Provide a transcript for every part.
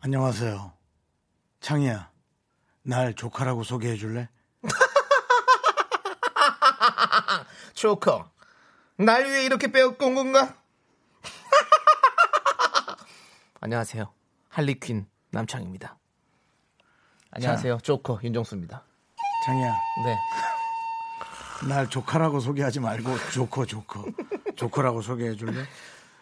안녕하세요. 창희야, 날 조카라고 소개해 줄래? 조커. 날 위해 이렇게 빼앗고 온 건가? 안녕하세요. 할리퀸 남창입니다. 안녕하세요. 조커 윤정수입니다. 창희야, 네. 날 조카라고 소개하지 말고 조커, 조커. 조커라고 소개해 줄래?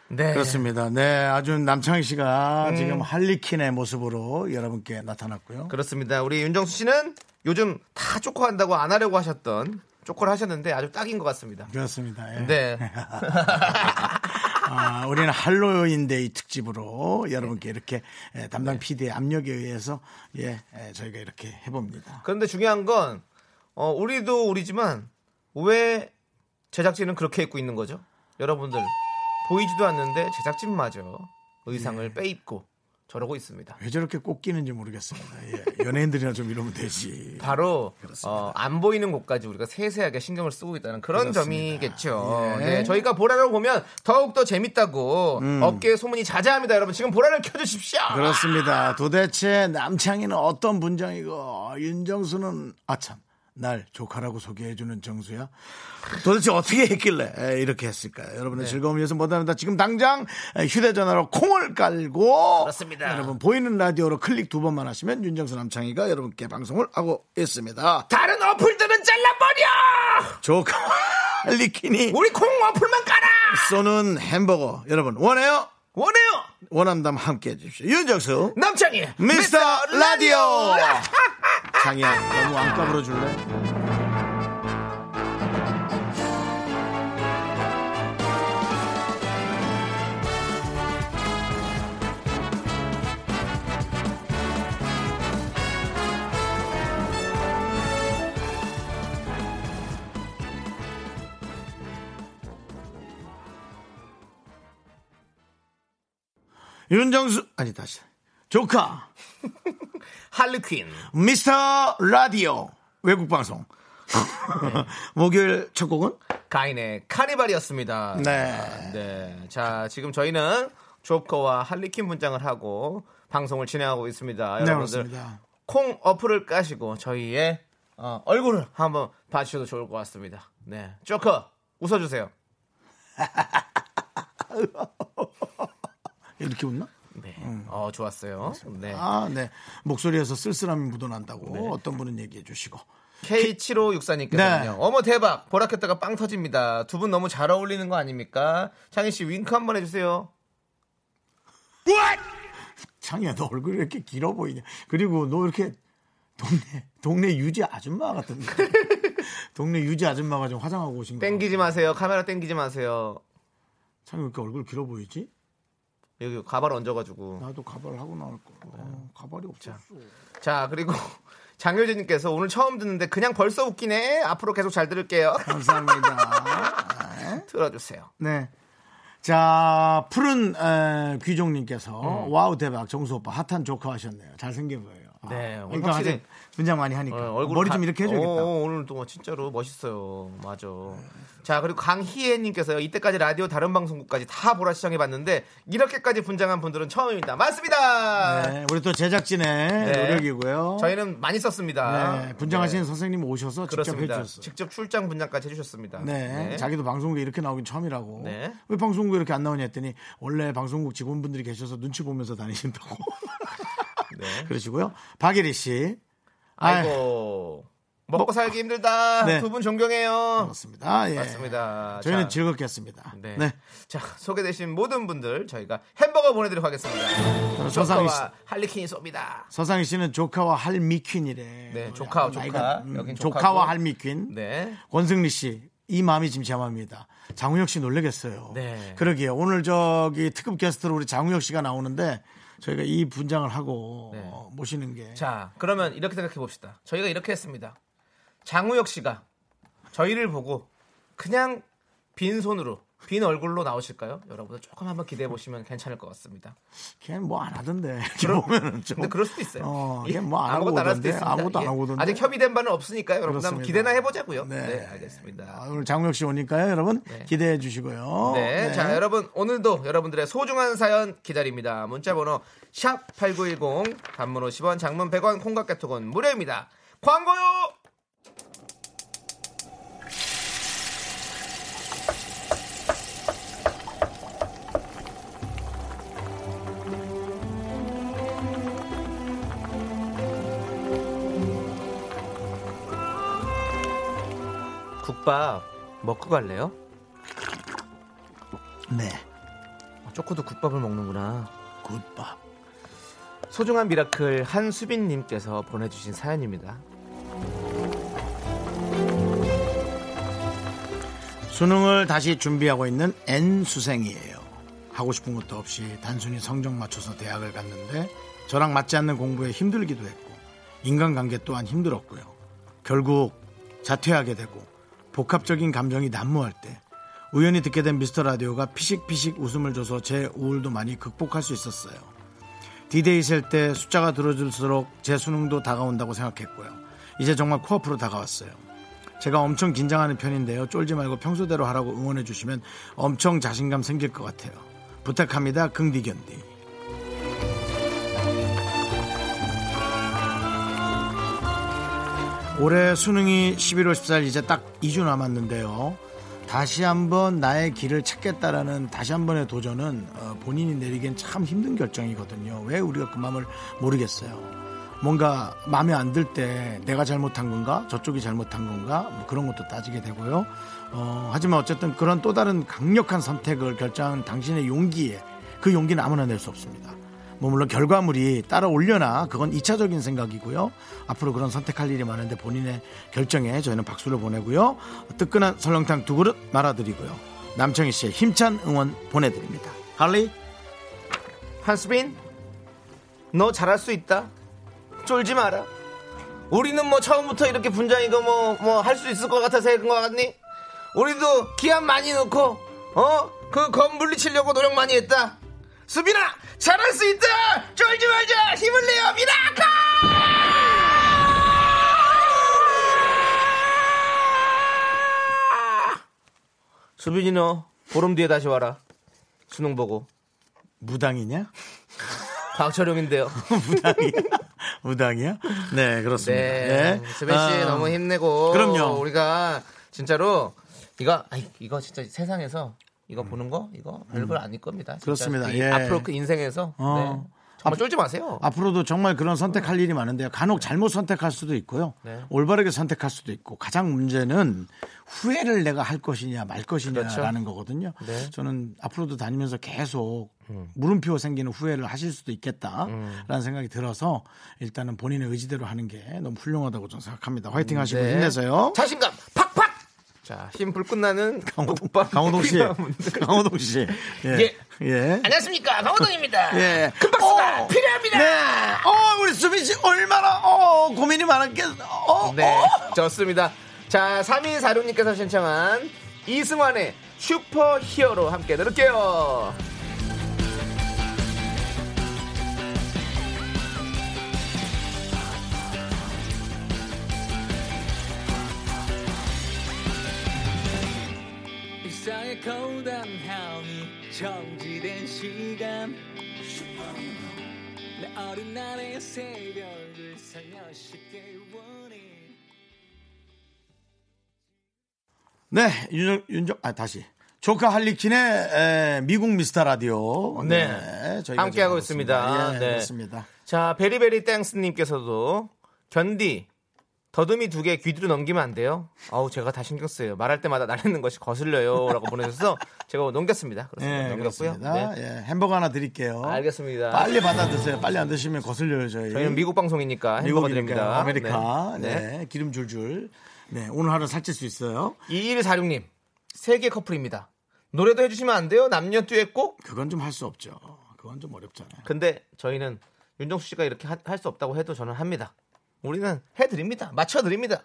네. 그렇습니다. 네, 아주 남창희 씨가 지금 할리퀸의 모습으로 여러분께 나타났고요. 그렇습니다. 우리 윤정수 씨는 요즘 다 조커 한다고 안 하려고 하셨던 조커를 하셨는데 아주 딱인 것 같습니다. 그렇습니다. 예. 네. 아, 우리는 할로윈데이 특집으로 여러분께 이렇게 예, 네. 담당 PD의 압력에 의해서 예, 예, 저희가 이렇게 해봅니다. 그런데 중요한 건 어, 우리도 우리지만 왜 제작진은 그렇게 입고 있는 거죠? 여러분들 보이지도 않는데 제작진마저 의상을 예. 빼입고 저러고 있습니다. 왜 저렇게 꼭 끼는지 모르겠습니다. 예, 연예인들이나 좀 이러면 되지. 바로 어, 안 보이는 곳까지 우리가 세세하게 신경을 쓰고 있다는 그런 점이겠죠. 예. 음. 네, 저희가 보라를 보면 더욱 더 재밌다고 어깨에 소문이 자자합니다, 여러분. 지금 보라를 켜주십시오. 그렇습니다. 도대체 남창희는 어떤 분장이고 윤정수는 아참 날 조카라고 소개해주는 정수야. 도대체 어떻게 했길래 에, 이렇게 했을까요? 여러분의 네. 즐거움을 위해서 못합니다. 지금 당장 에, 휴대전화로 콩을 깔고 그렇습니다. 여러분 보이는 라디오로 클릭 두 번만 하시면 윤정수 남창희가 여러분께 방송을 하고 있습니다. 다른 어플들은 잘라버려. 조카 할리퀸이 우리 콩 어플만 깔아. 쏘는 햄버거 여러분 원해요? 원해요. 원한다면 함께해 주십시오. 윤정수 남창희 미스터 라디오 장이야 너무 안 까불어 줄래? 윤정수 아니 다시 조카 할리퀸. 미스터 라디오 외국 방송 네. 목요일 첫 곡은 가인의 카니발이었습니다. 네. 네. 자, 지금 저희는 조커와 할리퀸 분장을 하고 방송을 진행하고 있습니다. 네, 여러분들 그렇습니다. 콩 어플을 까시고 저희의 어, 얼굴을 한번 봐주셔도 좋을 것 같습니다. 네. 조커 웃어주세요. 이렇게 웃나? 네. 어, 좋았어요. 네. 음. 아, 네. 목소리에서 쓸쓸함이 묻어난다고 어떤 분은 얘기해 주시고. K7564님께서는요. 네. 어머 대박. 보라켰다가 빵 터집니다. 두 분 너무 잘 어울리는 거 아닙니까? 창희 씨 윙크 한번 해주세요. 창이야, 너 얼굴이 이렇게 길어 보이냐. 그리고 너 이렇게 동네, 동네 유지 아줌마 같은데. 동네 유지 아줌마가 좀 화장하고 오신 거. 땡기지 마세요. 카메라 땡기지 마세요. 창이 왜 이렇게 얼굴 길어 보이지? 여기 가발 얹어가지고. 나도 가발 하고 나올 거. 어, 가발이 없었어. 자 그리고 장효진님께서 오늘 처음 듣는데 그냥 벌써 웃기네. 앞으로 계속 잘 들을게요. 감사합니다. 들어주세요. 네. 자, 푸른 에, 귀종님께서 음. 와우 대박 정수 오빠 핫한 조커 하셨네요. 잘생겨 보여요. 아, 네, 오늘 그러니까 확실히- 어, 아직 분장 많이 하니까 머리 좀 다- 이렇게 해줘야겠다. 어, 오늘 또 진짜로 멋있어요. 맞아. 자 그리고 강희애님께서요. 이때까지 라디오 다른 방송국까지 다 보라 시청해봤는데 이렇게까지 분장한 분들은 처음입니다. 맞습니다. 네, 우리 또 제작진의 네. 노력이고요. 저희는 많이 썼습니다. 네, 분장하시는 선생님 오셔서 직접 그렇습니다. 해주셨어요. 직접 출장 분장까지 해주셨습니다. 네, 자기도 방송국에 이렇게 나오긴 처음이라고. 네. 왜 방송국에 이렇게 안 나오냐 했더니 원래 방송국 직원분들이 계셔서 눈치 보면서 다니신다고. 네. 그러시고요. 박예리 씨. 아유, 아이고 먹고 살기 힘들다. 네. 두 분 존경해요. 그렇습니다. 예. 맞습니다. 저희는 자, 즐겁겠습니다. 네. 네. 자, 소개되신 모든 분들 저희가 햄버거 보내드리도록 네, 하겠습니다. 어, 서상희 씨. 조커와 할리퀸이 쏩니다. 서상희 씨는 조카와 할미퀸이래. 어, 네, 조카와 조카. 여긴 조카고. 음, 조카와 할미퀸. 네. 권승리 씨. 이 마음이 지금 제 마음입니다. 장우혁 씨 놀래겠어요. 네. 그러게요. 오늘 저기 특급 게스트로 우리 장우혁 씨가 나오는데 저희가 이 분장을 하고 네. 어, 모시는 게 자, 그러면 이렇게 생각해 봅시다. 저희가 이렇게 했습니다. 장우혁 씨가 저희를 보고 그냥 빈손으로 빈 얼굴로 나오실까요? 여러분들 조금 한번 기대해 보시면 괜찮을 것 같습니다. 걔는 뭐 안 하던데. 이렇게 보면은 좀 근데 그럴 수도 있어요. 어, 예, 걔 뭐안 하고 아무것도 안 할 수도 오던데. 있습니다. 아무것도 안 예, 하고 오던데. 아직 협의된 바는 없으니까요. 여러분 한번 그렇습니다. 기대나 해보자고요. 네, 네. 알겠습니다. 아, 오늘 장우혁 씨 오니까요, 여러분 기대해 주시고요. 네, 네. 자 여러분 오늘도 여러분들의 소중한 사연 기다립니다. 문자번호 샵 #8910 단문 50원, 장문 100원, 콩깍개톡은 무료입니다. 광고요. 국밥 먹고 갈래요? 네. 아, 초코도 국밥을 먹는구나. 굿밥. 소중한 미라클 한수빈님께서 보내주신 사연입니다. 수능을 다시 준비하고 있는 N 수생이에요. 하고 싶은 것도 없이 단순히 성적 맞춰서 대학을 갔는데 저랑 맞지 않는 공부에 힘들기도 했고 인간관계 또한 힘들었고요. 결국 자퇴하게 되고 복합적인 감정이 난무할 때 우연히 듣게 된 미스터 라디오가 피식피식 웃음을 줘서 제 우울도 많이 극복할 수 있었어요. 디데이 셀 때 숫자가 들어질수록 제 수능도 다가온다고 생각했고요. 이제 정말 코앞으로 다가왔어요. 제가 엄청 긴장하는 편인데요. 쫄지 말고 평소대로 하라고 응원해 주시면 엄청 자신감 생길 것 같아요. 부탁합니다. 긍디견디. 올해 수능이 11월 14일 이제 딱 2주 남았는데요. 다시 한번 나의 길을 찾겠다라는 다시 한 번의 도전은 어, 본인이 내리기엔 참 힘든 결정이거든요. 왜 우리가 그 마음을 모르겠어요. 뭔가 마음에 안 들 때 내가 잘못한 건가 저쪽이 잘못한 건가 뭐 그런 것도 따지게 되고요. 어, 하지만 어쨌든 그런 또 다른 강력한 선택을 결정한 당신의 용기에 그 용기는 아무나 낼 수 없습니다. 뭐 물론 결과물이 따라올려나 그건 이차적인 생각이고요. 앞으로 그런 선택할 일이 많은데 본인의 결정에 저희는 박수를 보내고요. 뜨끈한 설렁탕 두 그릇 말아드리고요. 남청희 씨의 힘찬 응원 보내드립니다. 할리 한수빈, 너 잘할 수 있다. 쫄지 마라. 우리는 뭐 처음부터 이렇게 분장이고 뭐 뭐 할 수 있을 것 같아서 그런 것 같니? 우리도 기합 많이 넣고 어그 검 물리치려고 노력 많이 했다. 수빈아, 잘할 수 있다. 쫄지 말자. 힘을 내요, 미라카. 수빈이 너 보름 뒤에 다시 와라. 수능 보고. 무당이냐? 박철용인데요. 무당이야? 무당이야? 네, 그렇습니다. 네. 수빈 씨 아, 너무 힘내고. 그럼요. 우리가 진짜로 이거 아이, 이거 진짜 세상에서 이거 보는 거 이거 별걸 아닐 겁니다. 음. 진짜. 그렇습니다. 이 예. 앞으로 그 인생에서 어. 아, 네. 정말 쫄지 마세요. 앞으로도 정말 그런 선택할 일이 많은데요. 간혹 잘못 선택할 수도 있고요. 네. 올바르게 선택할 수도 있고 가장 문제는 후회를 내가 할 것이냐 말 것이냐라는 거거든요. 네. 저는 앞으로도 다니면서 계속 물음표 생기는 후회를 하실 수도 있겠다라는 음. 생각이 들어서 일단은 본인의 의지대로 하는 게 너무 훌륭하다고 저는 생각합니다. 화이팅 하시고 네. 힘내세요. 자신감 팍팍. 자, 힘 불 끝나는 강호동, 국밥 강호동 씨. 필요한분들. 강호동 씨. 예. 예. 안녕하십니까 강호동입니다. 예. 큰 박수가 오! 필요합니다. 네. 어, 우리 수빈 씨 얼마나 어, 고민이 많았겠어. 어, 네, 어. 좋습니다. 자, 3246님께서 신청한 이승환의 슈퍼 히어로 함께 들을게요. 일상의 고단함이 정지된 시간 내 어린 날의 새벽을 살며시 깨우니 네. 윤정 윤정 아 다시. 조카 할리퀸의 에, 미국 미스터 라디오. 네. 저희가 함께 지금 하고 하고 있습니다. 예, 네. 그렇습니다. 자, 베리베리 땡스님께서도 견디 더듬이 두 개 귀 뒤로 넘기면 안 돼요. 아우 제가 다 신경 쓰여요. 말할 때마다 날리는 것이 거슬려요라고 보내주셔서 제가 넘겼습니다. 그렇습니다. 네, 넘겼고요. 그렇습니다. 네. 예, 햄버거 하나 드릴게요. 알겠습니다. 빨리 받아 드세요. 빨리 안 드시면 거슬려요, 저희. 저희는 미국 방송이니까 햄버거 드립니다. 미국이니까 아메리카. 네. 네. 기름 줄줄. 네. 오늘 하루 살찔 수 있어요. 2146님 세계 커플입니다. 노래도 해주시면 안 돼요? 남녀 듀엣곡? 그건 좀 할 수 없죠. 그건 좀 어렵잖아요. 근데 저희는 윤정수 씨가 이렇게 할 수 없다고 해도 저는 합니다. 우리는 해드립니다. 맞춰드립니다.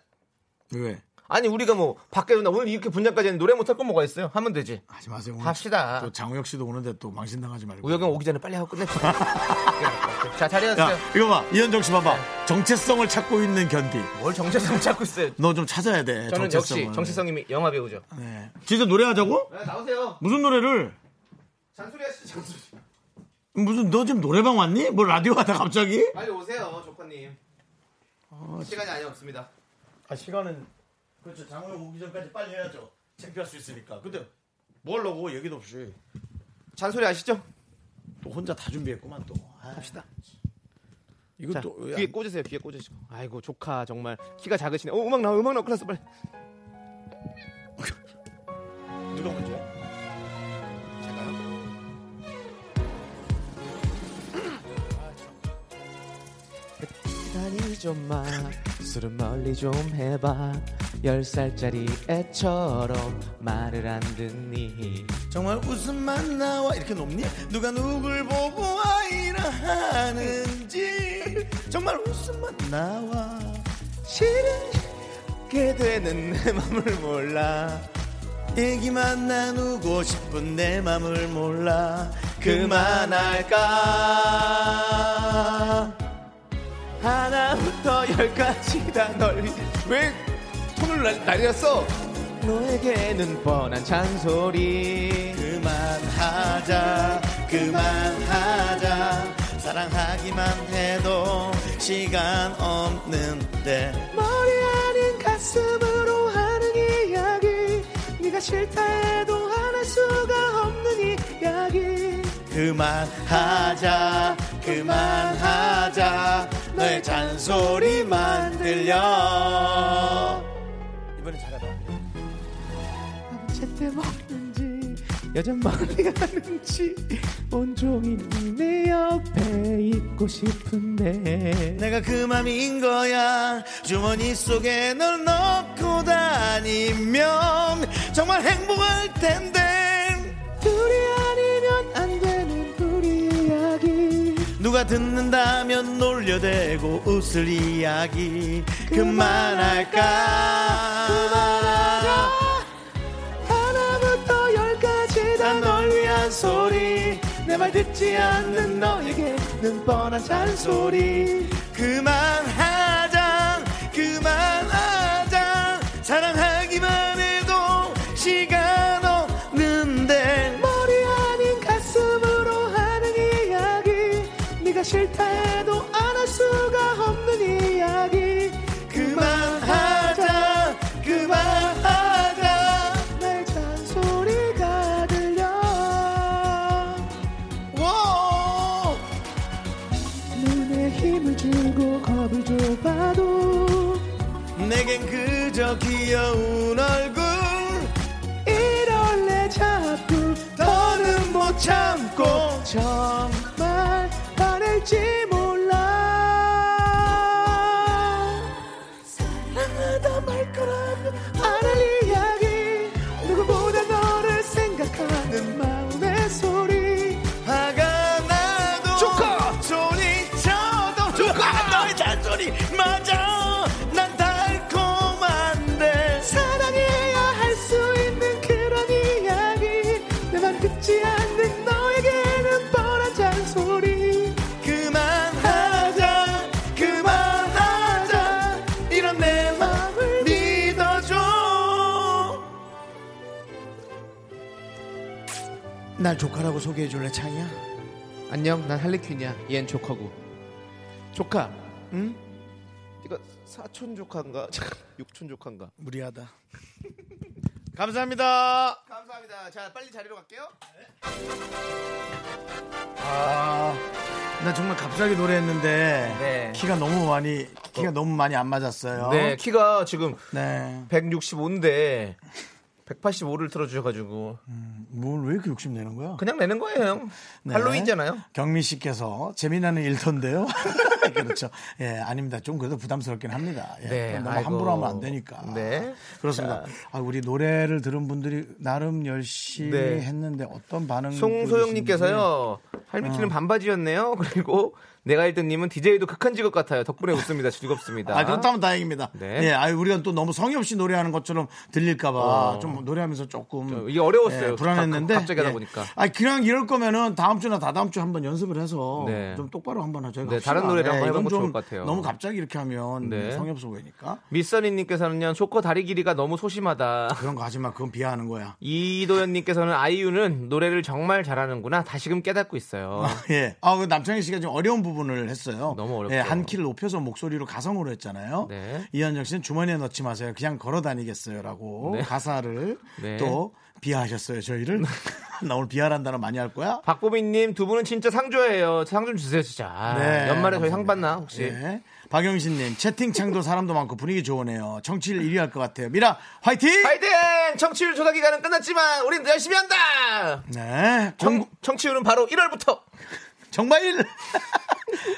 왜? 아니 우리가 뭐 밖에서 나 오늘 이렇게 분장까지 했는데 노래 못할 건 뭐가 있어요? 하면 되지. 하지 마세요. 오늘 합시다. 또 장우혁 씨도 오는데 또 망신당하지 말고. 우혁이 형 오기 전에 빨리 하고 끝냅시다. 그래. 자 야, 자리하세요. 이거 봐. 이현정 씨 봐봐. 정체성을 찾고 있는 견디. 뭘 정체성 찾고 있어요? 너 좀 찾아야 돼. 저는 정체성을. 역시 정체성님이 영화 배우죠. 네. 진짜 노래하자고? 나오세요. 무슨 노래를? 잔소리 하시죠. 잔소리. 무슨 너 지금 노래방 왔니? 뭐 라디오 하다 갑자기? 빨리 오세요, 조커님. 시간이 아니 없습니다. 아 시간은 그렇죠. 장우혁 오기 전까지 빨리 해야죠. 창피할 수 있으니까. 근데 뭘 하고 얘기도 없이 잔소리 아시죠? 또 혼자 다 준비했구만 또. 합시다. 이거 자, 또 귀에 꽂으세요. 귀에 꽂으시고. 아이고 조카 정말 키가 작으시네. 어 음악 나와, 음악 나와, 클라스 빨리. 누가 먼저? 해? 제가요? 다니 좀 마. 술은 멀리 좀 해봐. 열 살짜리 애처럼 말을 안 듣니. 정말 웃음만 나와 이렇게 높니? 누가 누굴 보고 아이라 하는지 정말 웃음만 나와 싫게 되는 내 맘을 몰라. 얘기만 나누고 싶은 내 맘을 몰라 그만할까 하나부터 열까지 다널왜 톤을 날- 날렸어? 너에게는 뻔한 잔소리. 그만하자 그만하자 사랑하기만 해도 시간 없는데 머리 아닌 가슴으로 하는 이야기 네가 싫다 해도 안 할 수가 없는 이야기 그만하자 그만하자 너의 잔소리만 들려 이번엔 잘해봐 제때 먹는지 여전 멀리 가는지 온종일 내 옆에 있고 싶은데 내가 그 맘인 거야 주머니 속에 널 넣고 다니면 정말 행복할 텐데 둘이 아니면 안 되는 우리 이야기 누가 듣는다면 놀려대고 웃을 이야기 그만할까 그만하자 하나부터 열까지 다 널 위한 소리 내 말 듣지 않는 너에게 는 뻔한 잔소리 그만하자 그만하자 사랑하기만 해도 시간 없는데 머리 아닌 가슴으로 하는 이야기 네가 싫다 해도 안 할 수가 없는 이야기 그만하자 그만하자 내 잔소리가 들려 워 눈에 힘을 주고 겁을 줘봐도 내겐 그저 귀여운 얼굴 이럴 내 자꾸 더는 못 참고 정말 화낼지 몰라 사랑하다 말 거라면 안할 이야기 누구보다 너를 생각하는 마음의 소리 화가 나도 조커! 소리쳐도 조카 너의 잔소리 맞아 난 달콤한데 사랑해야 할 수 있는 그런 이야기 내 말 듣지 않는 너에게는 뻔한 잔소리 그만하자 그만하자 이런 내 마음을 믿어줘 날 조카라고 소개해줄래 창이야? 안녕 난 할리퀸이야 얜 조커고 조카 응? 이거 사촌 조카인가? 육촌 조카인가? 무리하다 감사합니다 감사합니다 자 빨리 자리로 갈게요 아, 나 정말 값싸게 노래했는데 네. 어. 키가 너무 많이 키가 너무 많이 안 맞았어요 네 키가 지금 네. 165인데 185를 틀어주셔가지고 뭘 왜 이렇게 욕심 내는 거야? 그냥 내는 거예요 형 네. 할로윈이잖아요 경민 씨께서 재미나는 일터인데요. 그렇죠. 예, 아닙니다. 좀 그래도 부담스럽긴 합니다. 예, 네, 너무 아이고. 함부로 하면 안 되니까. 네. 그렇습니다. 아, 우리 노래를 들은 분들이 나름 열심히 네. 했는데 어떤 반응? 송소영님께서요 어. 팔미치는 반바지였네요. 그리고 내가 1등님은 DJ도 극한 직업 같아요. 덕분에 웃습니다. 즐겁습니다. 아, 그렇다면 다행입니다. 네. 예, 아유, 우리가 또 너무 성의 없이 노래하는 것처럼 들릴까봐 어. 좀 노래하면서 조금. 예, 이게 어려웠어요. 불안했는데. 갑자기 하다 보니까. 아, 그냥 이럴 거면은 다음 주나 다다음 주에 한번 연습을 해서 네. 좀 똑바로 한번 하죠. 예, 네, 다른 노래를 한번 해보면 이건 좀 좋을 것 같아요. 너무 갑자기 이렇게 하면 네. 성의 없어 보이니까. 미선이님께서는요, 초코 다리 길이가 너무 소심하다. 그런 거 하지 마. 그건 비하하는 거야. 이도현님께서는 아이유는 노래를 정말 잘하는구나. 다시금 깨닫고 있어요. 예. 아, 그 남창희 씨가 좀 어려운 부분을 했어요. 너무 어렵죠. 예, 한 키를 높여서 목소리로 가성으로 했잖아요. 네. 이현정 씨는 주머니에 넣지 마세요. 그냥 걸어 다니겠어요라고 네. 가사를 네. 또 비하하셨어요. 저희를. 나 오늘 비하란 단어 많이 할 거야? 박보빈님 두 분은 진짜 상조예요. 상 좀 주세요 진짜. 아, 네, 연말에 감사합니다. 저희 상 받나 혹시? 예. 박영신님 채팅창도 사람도 많고 분위기 좋으네요. 정치를 1위 할 것 같아요. 미라 화이팅! 파이팅! 청취율 조사 기간은 끝났지만 우린 열심히 한다. 네. 청, 청취율은 바로 1월부터. 정말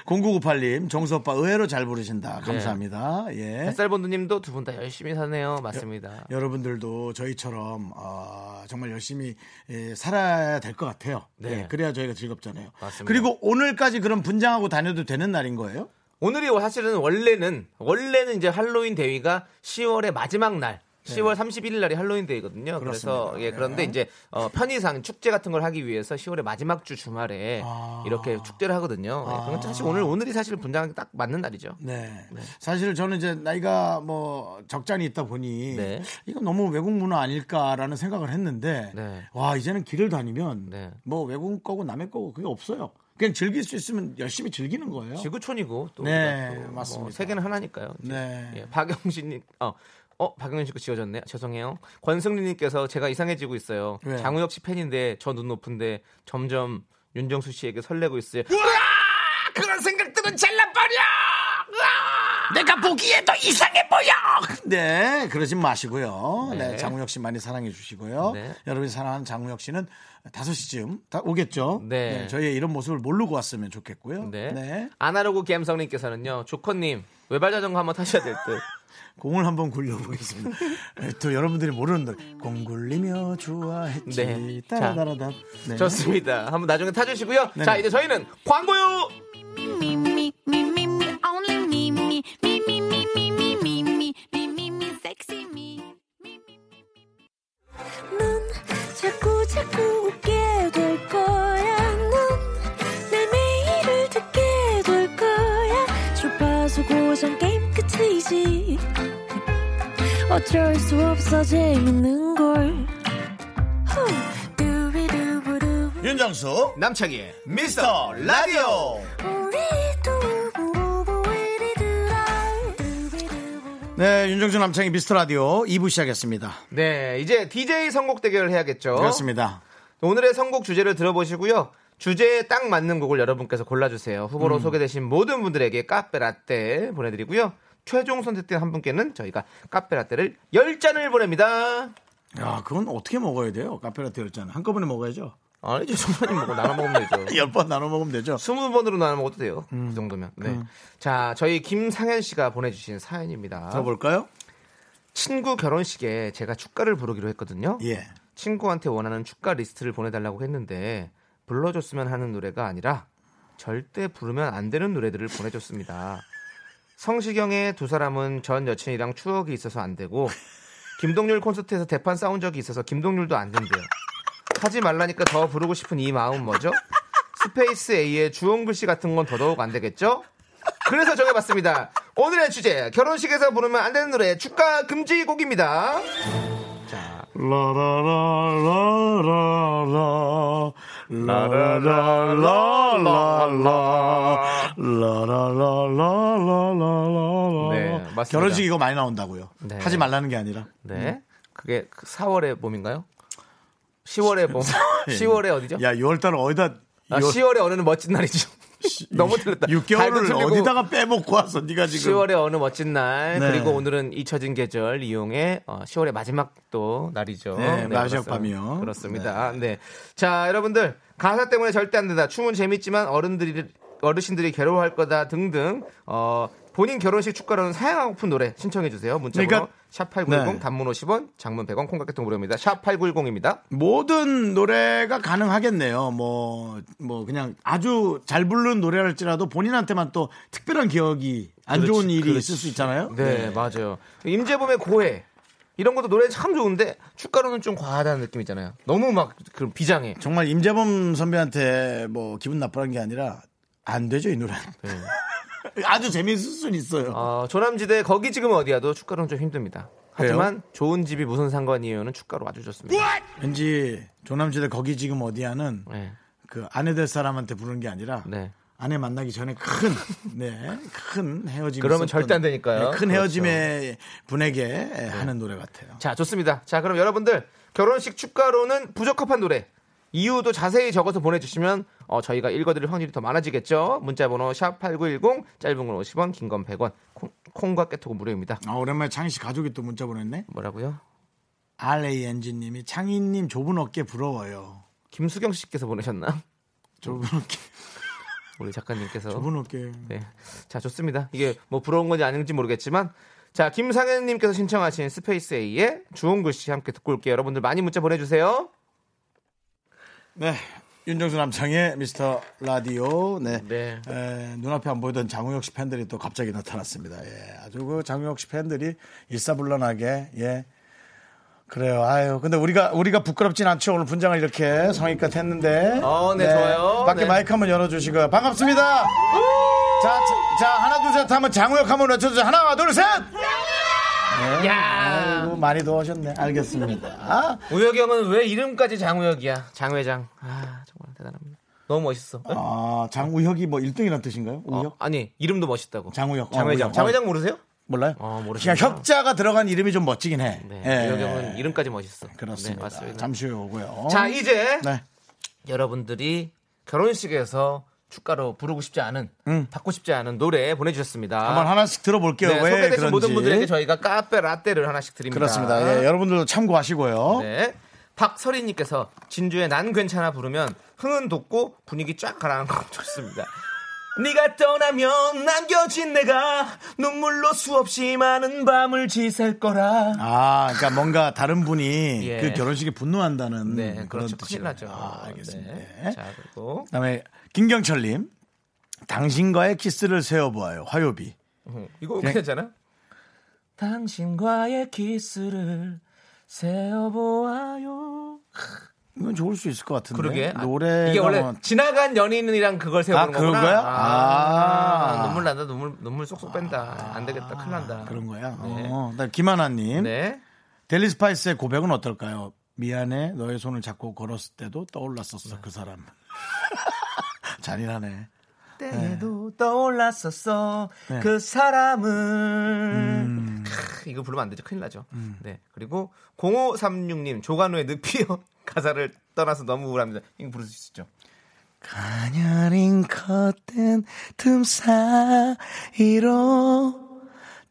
0998님 정수오빠 의외로 잘 부르신다. 감사합니다. 네. 예. 햇살본드님도 두 분 다 열심히 사네요. 맞습니다. 여러분들도 저희처럼 어, 정말 열심히 예, 살아야 될 것 같아요. 네. 예, 그래야 저희가 즐겁잖아요. 맞습니다. 그리고 오늘까지 그럼 분장하고 다녀도 되는 날인 거예요? 오늘이 사실은 원래는 원래는 이제 할로윈 대위가 10월의 마지막 날. 10월 31일 날이 할로윈 데이거든요. 그래서 네. 그렇습니다. 예 그런데 네. 이제 어, 편의상 축제 같은 걸 하기 위해서 10월의 마지막 주 주말에 아. 이렇게 축제를 하거든요. 예, 그건 사실 오늘 오늘이 사실 분장하기 딱 맞는 날이죠. 네. 사실 저는 이제 나이가 뭐 적잖이 있다 보니 네. 이거 너무 외국 문화 아닐까라는 생각을 했는데 네. 와 이제는 길을 다니면 네. 뭐 외국 거고 남의 거고 그게 없어요. 그냥 즐길 수 있으면 열심히 즐기는 거예요. 지구촌이고 또 네, 우리가 또 맞습니다. 뭐 세계는 하나니까요. 이제. 네. 예, 박영신님 어. 어, 박영신 거 지워졌네. 죄송해요. 권승리님께서 제가 이상해지고 있어요. 왜? 장우혁 씨 팬인데 저 눈 높은데 점점 윤정수 씨에게 설레고 있어요. 그런 생각들은 잘라버려! 내가 보기에도 이상해 보여! 네, 그러진 마시고요. 네, 네. 장우혁 씨 많이 사랑해 주시고요. 네. 여러분이 사랑하는 장우혁 씨는 5시쯤 다 오겠죠? 네. 저희의 이런 모습을 모르고 왔으면 좋겠고요. 네. 네. 아나로그 감성님께서는요. 조커님 외발자전거 한번 타셔야 될 듯. 공을 한번 굴려보겠습니다. 네, 또 여러분들이 모르는 노래. 공 굴리며 좋아했지. 네. 따라다라다. 네. 좋습니다. 한번 나중에 타주시고요. 네네. 자 이제 저희는 광고요. me, me, me, me, me, only me, me, me, me, me, me, me, me, me, me, me, me, sexy me. 넌 자꾸 자꾸 웃게 될 거야. 넌내 매일을 듣게 될 거야. 주파수 고정 게임 끝이지. 어쩔 수 없어 재밌는 걸. 후. 두비두부두. 윤정수, 남창희. 미스터 라디오! 우리 두부부부 우리 두라. 두비두부부. 네, 윤정수 남창희 미스터 라디오 2부 시작했습니다. 네 이제 DJ 선곡 대결을 해야겠죠. 그렇습니다. 오늘의 선곡 주제를 들어보시고요. 주제에 딱 맞는 곡을 여러분께서 골라주세요. 후보로 소개되신 모든 분들에게 카페라떼 보내드리고요. 최종 선택된 한 분께는 저희가 카페라떼를 10잔을 보냅니다. 야, 그건 어떻게 먹어야 돼요? 카페라떼 열잔 한꺼번에 먹어야죠. 아니죠. 천만이 먹고 나눠 먹으면 되죠. 열 번 나눠 먹으면 되죠. 20번으로 나눠 먹어도 돼요. 그 정도면. 네. 자, 저희 김상현 씨가 보내주신 사연입니다. 들어볼까요? 친구 결혼식에 제가 축가를 부르기로 했거든요. 예. 친구한테 원하는 축가 리스트를 보내달라고 했는데 불러줬으면 하는 노래가 아니라 절대 부르면 안 되는 노래들을 보내줬습니다. 성시경의 두 사람은 전 여친이랑 추억이 있어서 안 되고 김동률 콘서트에서 대판 싸운 적이 있어서 김동률도 안 된대요. 하지 말라니까 더 부르고 싶은 이 마음 뭐죠? 스페이스 A의 주홍글 씨 같은 건 더더욱 안 되겠죠? 그래서 정해봤습니다. 오늘의 주제 결혼식에서 부르면 안 되는 노래 축가 금지 곡입니다. 자, 라라라라라 라라라라라라 라라라라라라 네, 맞습니다. 어, 결혼식 이거 많이 나온다고요. 네. 하지 말라는 게 아니라. 네. 그게 4월의 봄인가요? 10월의 봄. 10월의 어디죠? 야, 6월달 어디다 아, 10월의 어느 멋진 날이죠. 너무 들렸다. 6개월을 밝은 천리고 어디다가 빼먹고 와서 네가 지금 10월의 어느 멋진 날 네. 그리고 오늘은 잊혀진 계절 이용해 어, 10월의 마지막 또 날이죠. 네, 마지막 그렇습니다. 밤이요. 그렇습니다. 네. 자 여러분들 가사 때문에 절대 안 된다. 춤은 재밌지만 어른들이 어르신들이 괴로워할 거다 등등 어, 본인 결혼식 축가로는 사양하고픈 노래 신청해주세요. 문자번호 그러니까- 샵8910 네. 단문 50원 장문 100원 콩깍개통 무료입니다. 샵8910입니다. 모든 노래가 가능하겠네요. 뭐, 뭐, 그냥 아주 잘 부르는 노래랄지라도 본인한테만 또 특별한 기억이 안 좋은 일이 있을 수 있잖아요. 네, 맞아요. 임재범의 고해 이런 것도 노래 참 좋은데 축가로는 좀 과하다는 느낌이잖아요. 너무 막 그런 비장해. 정말 임재범 선배한테 뭐 기분 나쁘는 게 아니라 안 되죠, 이 노래는. 네. 아주 재미있을 순 있어요. 어, 조남지대 거기 지금 어디야도 축가로는 좀 힘듭니다. 하지만 좋은 집이 무슨 상관이에요는 축가로 아주 좋습니다. 왠지 조남지대 거기 지금 어디야는 네, 그 아내 될 사람한테 부르는 게 아니라 네. 아내 만나기 전에 큰, 네, 큰 헤어짐. 그러면 절대 안 되니까요. 그렇죠. 네. 큰 헤어짐의 분에게 하는 노래 같아요. 자, 좋습니다. 자, 그럼 여러분들 결혼식 축가로는 부적합한 노래 이유도 자세히 적어서 보내주시면 어, 저희가 읽어드릴 확률이 더 많아지겠죠. 문자번호 샵 #8910 짧은 건 50원, 긴 건 100원, 콩, 콩과 깨톡은 무료입니다. 아, 오랜만에 창희 씨 가족이 또 문자 보냈네. 뭐라고요? RANG님이 창희님 좁은 어깨 부러워요. 김수경 씨께서 보내셨나? 좁은 음. 어깨, 우리 작가님께서. 좁은 어깨. 네. 자, 좋습니다. 이게 뭐 부러운 건지 아닌지 모르겠지만. 자, 김상현님께서 신청하신 스페이스 A의 주홍글 씨 함께 듣고 올게요. 여러분들 많이 문자 보내주세요. 네. 윤정수 남창의 미스터 라디오. 네. 네. 에, 눈앞에 안 보이던 장우혁 씨 팬들이 또 갑자기 나타났습니다. 예. 아주 그 장우혁 씨 팬들이 일사불란하게, 예. 그래요. 아유. 근데 우리가, 우리가 부끄럽진 않죠. 오늘 분장을 이렇게 성의껏 했는데. 어, 네, 좋아요. 밖에 네. 마이크 한번 열어주시고요. 반갑습니다. 자, 자, 자, 하나, 둘, 셋 하면 장우혁 한번 외쳐주세요. 하나, 둘, 셋! 네. 아이고, 많이 도와주셨네. 알겠습니다. 아, 우혁이 형은 왜 이름까지 장우혁이야? 장회장. 아, 정말 대단합니다. 너무 멋있어. 아, 장우혁이 뭐 1등이란 뜻인가요? 어? 우혁? 아니, 이름도 멋있다고. 장우혁. 어, 장회장. 우혁. 장회장 모르세요? 몰라요? 어, 모르시구나. 그냥 혁자가 들어간 이름이 좀 멋지긴 해. 네. 예. 우혁이 형은 이름까지 멋있어. 네, 그렇습니다. 맞습니다. 잠시 후에 오고요. 자, 이제 네. 여러분들이 결혼식에서 축가로 부르고 싶지 않은, 음. 받고 싶지 않은 노래 보내주셨습니다. 한번 하나씩 들어볼게요. 아. 네, 왜 소개되신 그런지. 모든 분들에게 저희가 카페 라떼를 하나씩 드립니다. 그렇습니다. 예, 여러분들도 참고하시고요. 네. 박설희님께서 진주의 난 괜찮아 부르면 흥은 돋고 분위기 쫙 가라앉고 좋습니다. 네가 떠나면 남겨진 내가 눈물로 수없이 많은 밤을 지샐 거라. 아, 그러니까 뭔가 다른 분이 예. 그 결혼식에 분노한다는 네, 음, 그런 그렇죠. 뜻이 큰일 나죠. 아, 알겠습니다. 네. 예. 자, 그리고 그다음에 김경철님, 당신과의 키스를 세워보아요. 화요비. 음, 이거 괜찮아? 당신과의 키스를 세어보아요. 이건 좋을 수 있을 것 같은데. 뭐 그러게 아, 노래 이게 원래 지나간 연인이랑 그걸 세우는 아, 그런 거구나. 거야? 아, 아. 눈물 난다 눈물 눈물 쏙쏙 뺀다 안 되겠다 큰일 난다 그런 거야. 네. 어, 그다음 김하나님. 네 델리 스파이스의 고백은 어떨까요? 미안해 너의 손을 잡고 걸었을 때도 떠올랐었어 그 사람 잔인하네 때에도 떠올랐었어 네. 음. 그 사람을 크, 이거 부르면 안 되죠 큰일 나죠 네 그리고 0536님 조간호의 늪이요 가사를 떠나서 너무 우울합니다 이거 부를 수 있죠 가녀린 컸던 틈 사이로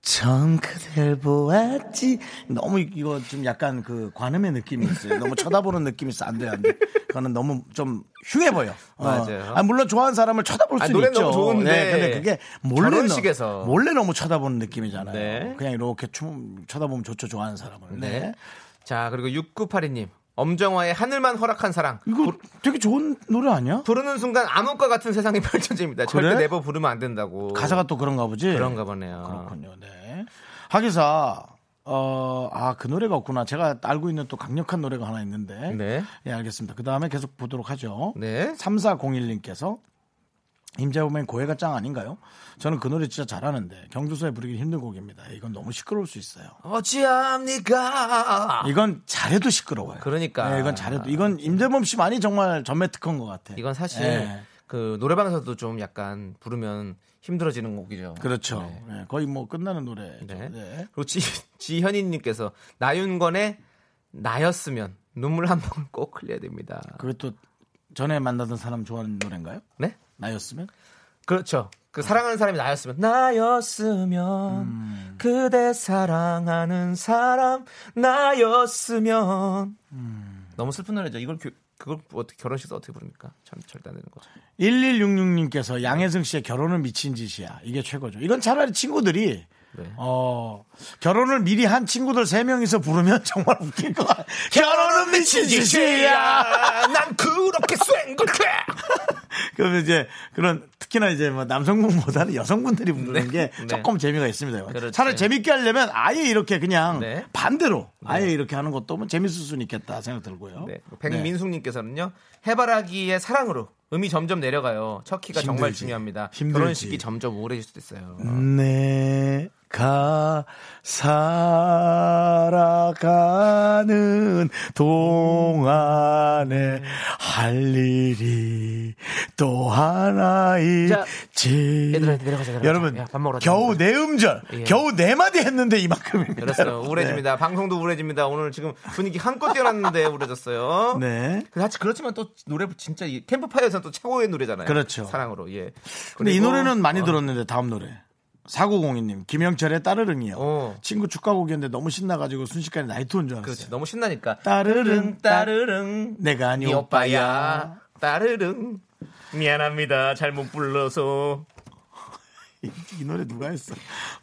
처음 그댈 보았지 너무 이거 좀 약간 그 관음의 느낌이 있어요 너무 쳐다보는 느낌이 있어 안돼 안돼 그거는 너무 좀 흉해 보여 어. 맞아요. 아, 물론 좋아하는 사람을 쳐다볼 아, 수는 노래는 있죠 너무 좋은데 네, 근데 그게 몰래 너- 결혼식에서. 몰래 너무 쳐다보는 느낌이잖아요 네. 그냥 이렇게 춤 쳐다보면 좋죠 좋아하는 사람을 네, 네. 자 그리고 6982님 엄정화의 하늘만 허락한 사랑 이거 되게 좋은 노래 아니야 부르는 순간 암흑과 같은 세상이 펼쳐집니다. 그래? 절대 내버 부르면 안 된다고. 가사가 또 그런가 보지 그런가 보네요. 그렇군요. 네. 하기사 어, 아, 그 노래가 없구나. 제가 알고 있는 또 강력한 노래가 하나 있는데. 네. 예, 알겠습니다. 그 다음에 계속 보도록 하죠. 네. 3401님께서 임재범의 고해가 짱 아닌가요? 저는 그 노래 진짜 잘하는데 경주서에 부르기 힘든 곡입니다. 예, 이건 너무 시끄러울 수 있어요. 어찌합니까? 이건 잘해도 시끄러워요. 아. 그러니까. 네, 이건 잘해도 이건 임재범 씨 많이 정말 전매 특허인 것 같아. 이건 사실 예. 그 노래방에서도 좀 약간 부르면 힘들어지는 곡이죠. 그렇죠. 네. 예, 거의 뭐 끝나는 노래. 네. 네. 그리고 지, 지현이님께서 나윤건의 나였으면 눈물 한 번 꼭 흘려야 됩니다. 그게 또 전에 만나던 사람 좋아하는 노래인가요? 네? 나였으면? 그렇죠. 그 사랑하는 사람이 나였으면 나였으면 음. 음. 그대 사랑하는 사람 나였으면 너무 슬픈 노래죠. 이걸 교- 그걸 어떻게 결혼식에서 어떻게 부릅니까? 절, 절대 안 되는 거죠. 1166님께서 양혜승 씨의 결혼은 미친 짓이야. 이게 최고죠. 이건 차라리 친구들이 네. 어, 결혼을 미리 한 친구들 세명이서 부르면 정말 웃길 것 같아. 결혼은 미친 짓이야! 난 그렇게 쌩글해. 그러면 이제 그런 특히나 이제 뭐 남성분보다는 여성분들이 부르는 네. 게 네. 조금 재미가 있습니다. 그렇지. 차라리 재밌게 하려면 아예 이렇게 그냥 네. 반대로 아예 이렇게 하는 것도 뭐 재밌을 수는 있겠다 생각 들고요. 네. 네. 백민숙님께서는요. 해바라기의 사랑으로 음이 점점 내려가요. 첫 키가 정말 힘들지. 중요합니다. 힘들지. 음. 결혼식이 점점 우울해질 수도 있어요. 내가 살아가는 동안에 할 일이 또 하나 자, 있지. 얘들아, 내려가자, 내려가자. 여러분, 야, 밥 먹으러 가자. 겨우 네 음절, 예. 겨우 네 마디 했는데 이만큼입니다. 그렇습니다. 여러분. 우울해집니다. 방송도 우울해집니다. 오늘 지금 분위기 한껏 뛰어났는데 우울해졌어요. 네. 네. 그 사실 그렇지만 또 노래 진짜 이 캠프파이어에서는 또 최고의 노래잖아요. 그렇죠. 사랑으로 예. 근데 이 그리고, 노래는 많이 어, 들었는데 다음 노래. 4902님, 김영철의 따르릉이요. 어. 친구 축가곡이었는데 너무 신나가지고 순식간에 나이트 온 줄 알았어요. 그렇지. 그렇죠. 너무 신나니까. 따르릉, 따르릉. 내가 아니 네 오빠야. 오빠야. 따르릉. 미안합니다. 잘못 불러서. 이, 이 노래 누가 했어?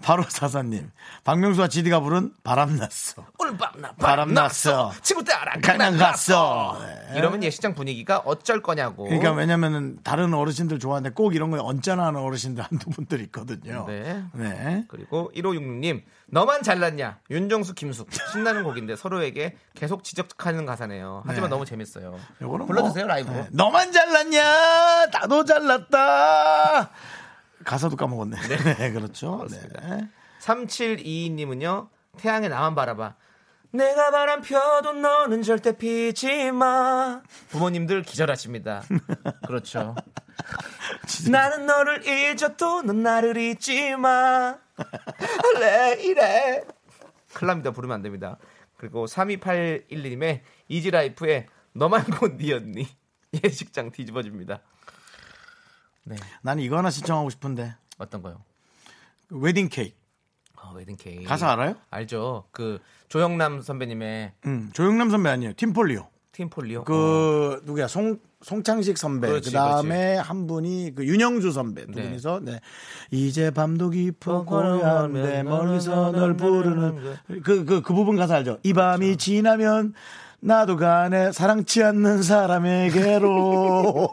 바로 사사님. 박명수와 지디가 부른 바람났어. 오늘 밤나 바람났어. 친구 따라 강남 강남 갔어. 네. 갔어. 이러면 예 시장 분위기가 어쩔 거냐고. 그러니까 왜냐면은 다른 어르신들 좋아하는데 꼭 이런 거에 언짢아 하는 어르신들 한두 분들 있거든요. 네. 네. 그리고 1566님 너만 잘났냐 윤정수 김숙 신나는 곡인데 서로에게 계속 지적하는 가사네요 하지만 네. 너무 재밌어요 요거는 불러주세요 뭐, 라이브로 네. 너만 잘났냐? 나도 잘났다. 가사도 까먹었네. 네, 그렇죠. 네. 3722님은요 태양에 나만 바라봐 내가 바람 펴도 너는 절대 피지 마 부모님들 기절하십니다 그렇죠 나는 너를 잊어도 넌 나를 잊지 마 원래 이래 큰일 납니다 부르면 안 됩니다 그리고 32812님의 이지라이프의 너만 곧 니였니 예식장 뒤집어집니다 네, 난 이거 하나 신청하고 싶은데. 그 어떤 거요? 웨딩 케이크. 어, 웨딩 케이크 가사 알아요? 알죠 그 조영남 선배님의 음, 조영남 선배 아니에요. 팀폴리오. 팀폴리오 어, 그 누구야 송 송창식 선배 그 그렇지, 다에한 분이 그 윤영주 선배 두 네. 분이서 네. 이제 밤도 깊어 고요한데 멀리서 널 부르는 그 그 그 부분 가사 알죠 이 밤이 그렇죠. 지나면 나도 가네 사랑치 않는 사람에게로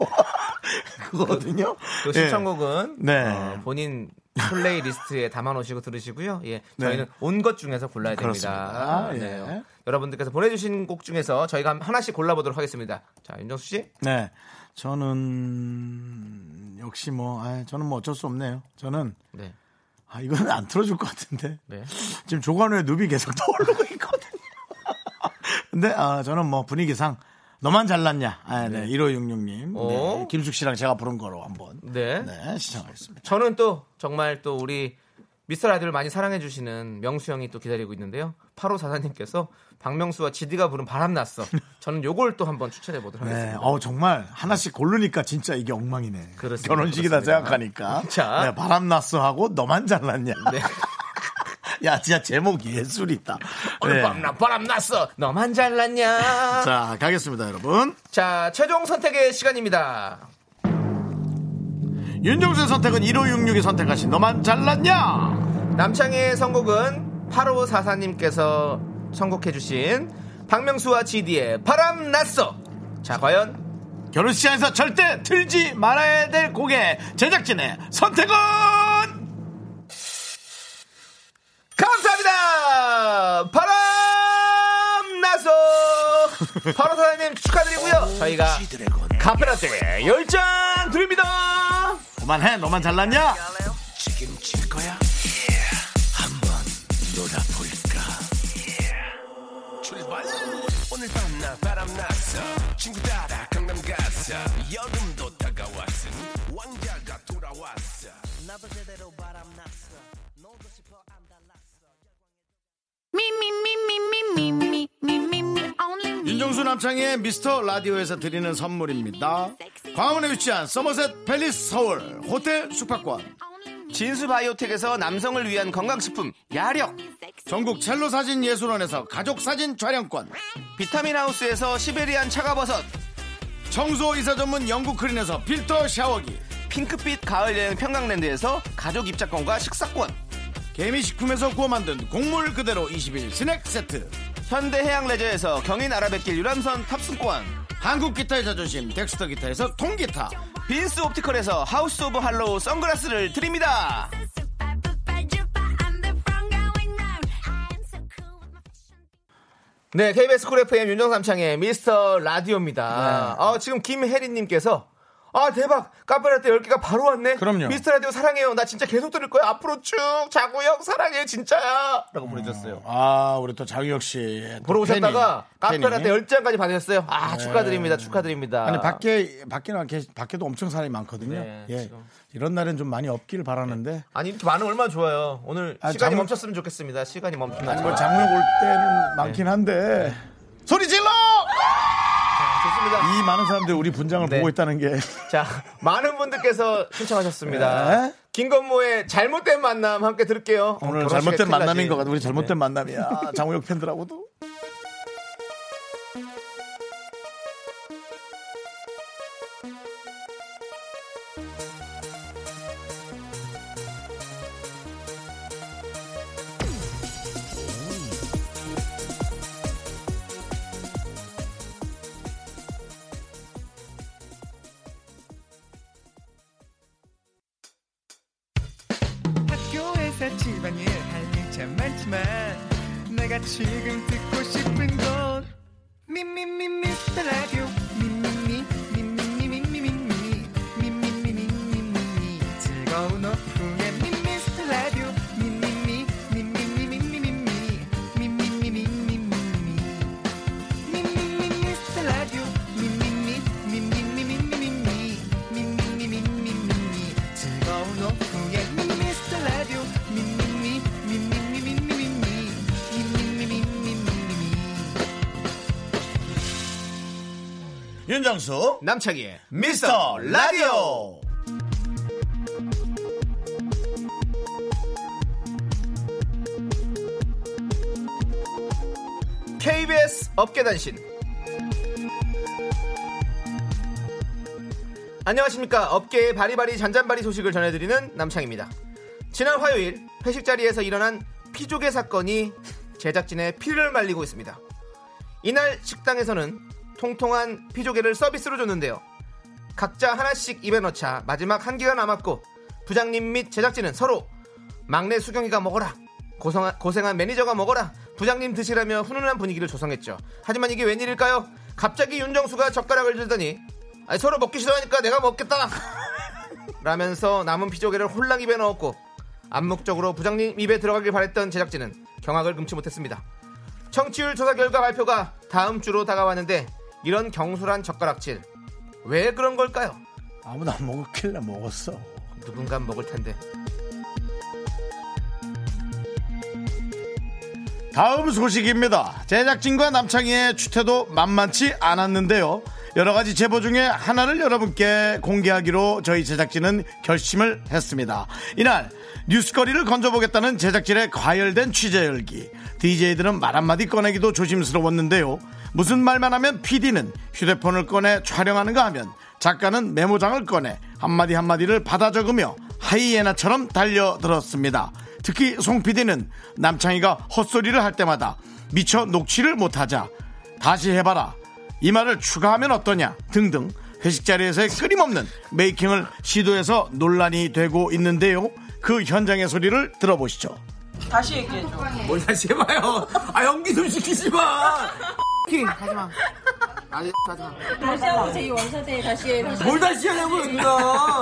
그거거든요 그 예. 신청곡은 네. 어, 본인 플레이리스트에 담아놓으시고 들으시고요. 예, 저희는 네. 온 것 중에서 골라야 그렇습니다. 됩니다. 예. 네. 여러분들께서 보내주신 곡 중에서 저희가 한- 하나씩 골라보도록 하겠습니다. 자, 윤정수 씨, 네 저는 역시 뭐 아, 저는 뭐 어쩔 수 없네요 저는 네, 아 이거는 안 틀어줄 것 같은데 네, 지금 조관우의 눕이 계속 떠오르고 있거든요. 근데 아, 저는 뭐 분위기상 너만 잘났냐? 아, 네. 1566님. 네. 오. 김숙 씨랑 제가 부른 거로 한번 어? 네. 네, 시청하겠습니다. 저는 또 정말 또 우리 미스터 라디오를 많이 사랑해주시는 명수 형이 또 기다리고 있는데요. 8호 사사님께서 박명수와 지디가 부른 바람났어. 저는 요걸 또 한번 추천해 보도록 네. 하겠습니다. 어 정말 하나씩 고르니까 진짜 이게 엉망이네. 그렇습니다. 결혼식이다 그렇습니다. 생각하니까. 자. 네, 바람 났어 하고 너만 잘났냐? 네. 야, 진짜 제목 예술이다. 네. 오늘 밤나 바람났어. 너만 잘났냐? 자, 가겠습니다, 여러분. 자, 최종 선택의 시간입니다. 윤종수의 선택은 1566이 선택하신 너만 잘났냐? 남창희의 선곡은 8544님께서 선곡해주신 박명수와 GD의 바람 났어. 자, 과연 결혼식장에서 절대 틀지 말아야 될 곡의 제작진의 선택은 감사합니다. 바람 났어. 8544님 축하드리고요. 저희가 카페라떼 10잔 드립니다. 그만해 너만 잘났냐 윤정수 남창의 미스터 라디오에서 드리는 선물입니다 광화문에 위치한 서머셋 팰리스 서울 호텔 숙박권 진수바이오텍에서 남성을 위한 건강식품 야력 전국 첼로 사진 예술원에서 가족 사진 촬영권. 비타민 하우스에서 시베리안 차가버섯 청소 이사 전문 영국 크린에서 필터 샤워기. 핑크빛 가을 여행 평강랜드에서 가족 입장권과 식사권 개미식품에서 구워 만든 곡물 그대로 21 스낵 세트. 현대해양 레저에서 경인 아라뱃길 유람선 탑승권 한국 기타의 자존심 덱스터 기타에서 통기타. 빈스 옵티컬에서 하우스 오브 할로우 선글라스를 드립니다 네 KBS 쿨 FM 윤정삼창의 미스터 라디오입니다 아, 지금 김혜리님께서 아 대박 카페라떼 10개가 바로 왔네 그럼요. 미스터 라디오 사랑해요 나 진짜 계속 들을 거야 앞으로 쭉 자구형 사랑해 진짜야 라고 보내주셨어요 아, 우리 또 자유혁 씨. 또 보러 오셨다가 팬이, 카페라떼 팬이. 10장까지 받으셨어요 아 축하드립니다 축하드립니다 네. 아니 밖에 밖에는 안 계시- 밖에도 엄청 사람이 많거든요. 네, 예. 지금. 이런 날은 좀 많이 없길 바라는데 아니 이렇게 많으면 얼마나 좋아요. 오늘 아, 시간이 잠- 멈췄으면 좋겠습니다. 시간이 멈춘다. 뭐 장르 올 때는 네. 많긴 한데 소리 질러! 좋습니다. 이 많은 사람들이 우리 분장을 네. 보고 있다는 게 자 많은 분들께서 신청하셨습니다. 네. 김건모의 잘못된 만남 함께 들을게요. 어, 오늘 결혼식에 잘못된 큰일 나지. 만남인 것 같아. 우리 잘못된 네. 만남이야. 장우혁 팬들하고도. 학교에서 집안일 할 일 참 많지만 내가 지금 듣고 싶은 건 미미미 미스터 라디오 미미미 미미미 미미미 미미미 미미미 미미미 즐거운 오후에 미스터 라디오 미미미 미미미 미미미 미미미 미미미 미미미 미스터 라디오 미미미 미미미 미미미 미미미 미미미 즐거운 오후에 미스터 라디오 미미미 미미미 미미미 미미미 미미미 윤정수 남창희의 미스터 라디오. KBS 업계단신 안녕하십니까 업계의 바리바리 잔잔바리 소식을 전해드리는 남창입니다 지난 화요일 회식 자리에서 일어난 피조개 사건이 제작진의 피를 말리고 있습니다 이날 식당에서는 통통한 피조개를 서비스로 줬는데요 각자 하나씩 입에 넣자 마지막 한 개가 남았고 부장님 및 제작진은 서로 막내 수경이가 먹어라 고성하- 고생한 매니저가 먹어라 부장님 드시라며 훈훈한 분위기를 조성했죠 하지만 이게 웬일일까요 갑자기 윤정수가 젓가락을 들더니 아니, 서로 먹기 싫어하니까 내가 먹겠다 라면서 남은 피조개를 홀랑 입에 넣었고 암묵적으로 부장님 입에 들어가길 바랬던 제작진은 경악을 금치 못했습니다 청취율 조사 결과 발표가 다음 주로 다가왔는데 이런 경솔한 젓가락질 왜 그런 걸까요? 아무도 안 먹었길래 먹었어. 누군가 먹을 텐데 다음 소식입니다. 제작진과 남창희의 추태도 만만치 않았는데요. 여러 가지 제보 중에 하나를 여러분께 공개하기로 저희 제작진은 결심을 했습니다. 이날 뉴스거리를 건져보겠다는 제작진의 과열된 취재 열기. DJ들은 말 한마디 꺼내기도 조심스러웠는데요. 무슨 말만 하면 PD는 휴대폰을 꺼내 촬영하는가 하면 작가는 메모장을 꺼내 한마디 한마디를 받아 적으며 하이에나처럼 달려들었습니다. 특히 송 PD는 남창희가 헛소리를 할 때마다 미처 녹취를 못하자 다시 해봐라 이 말을 추가하면 어떠냐 등등 회식 자리에서의 끊임없는 메이킹을 시도해서 논란이 되고 있는데요. 그 현장의 소리를 들어보시죠. 뭘 다시 해봐요. 아 연기 좀 시키지 마. 하지 마. 아니 하지 마. 다시 하고 제 원샷에 다시 해. 뭘 다시 하냐고요 누나.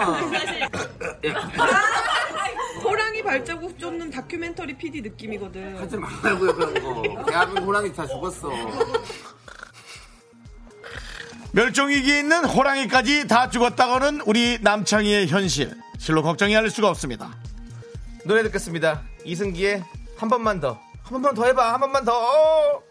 호랑이 발자국 쫓는 다큐멘터리 PD 느낌이거든. 하지 말라고요 그런 거. 대한민국 호랑이 다 죽었어. 멸종위기에 있는 호랑이까지 다 죽었다고는 우리 남창희의 현실. 실로 걱정이 할 수가 없습니다. 노래 듣겠습니다. 이승기의 한 번만 더. 한 번만 더 해봐. 한 번만 더.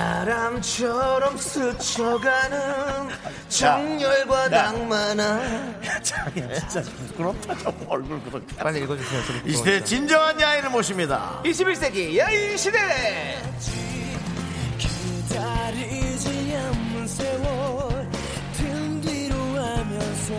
바람처럼 스쳐가는 정열과 낭만아 장이 진짜 부끄럽다. 저 얼굴 부끄럽다. 빨리 읽어주세요 이 시대의 진정한 야인을 모십니다. 21세기 야인 시대 기다리지 않는 세월 등 뒤로 하면서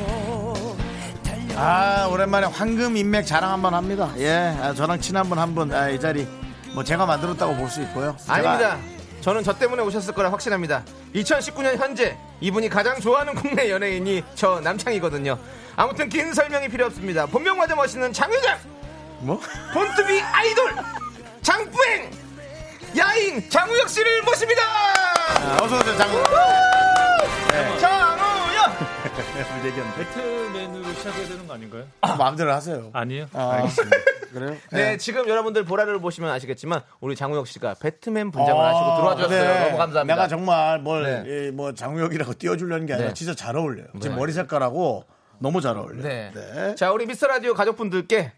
아, 오랜만에 황금 인맥 자랑 한번 합니다. 예, 아, 저랑 친한 분 한 분, 아, 이 자리. 뭐 제가 만들었다고 볼 수 있고요. 제가- 아닙니다 저는 저 때문에 오셨을 거라 확신합니다 2019년 현재 이분이 가장 좋아하는 국내 연예인이 저 남창이거든요 아무튼 긴 설명이 필요 없습니다 본명마저 멋있는 장유장 뭐? 본투비 아이돌 장뿌행 야인 장우혁 씨를 모십니다. 아, 어서오세요, 장군. 네. 장우혁. 우리 얘기하는데. 배트맨으로 시작해야 되는 거 아닌가요? 마음대로 하세요. 아니에요. 아, 알겠습니다. 그래요? 네 예. 지금 여러분들 보라를 보시면 아시겠지만 우리 장우혁 씨가 배트맨 분장을 하시고 들어와 주셨어요. 네. 너무 감사합니다. 내가 정말 뭘, 네. 예, 뭐, 장우혁이라고 띄워주려는 게 아니라 네. 진짜 잘 어울려요. 네. 지금 머리 색깔하고 너무 잘 어울려요. 네. 네. 자 우리 미스터 라디오 가족분들께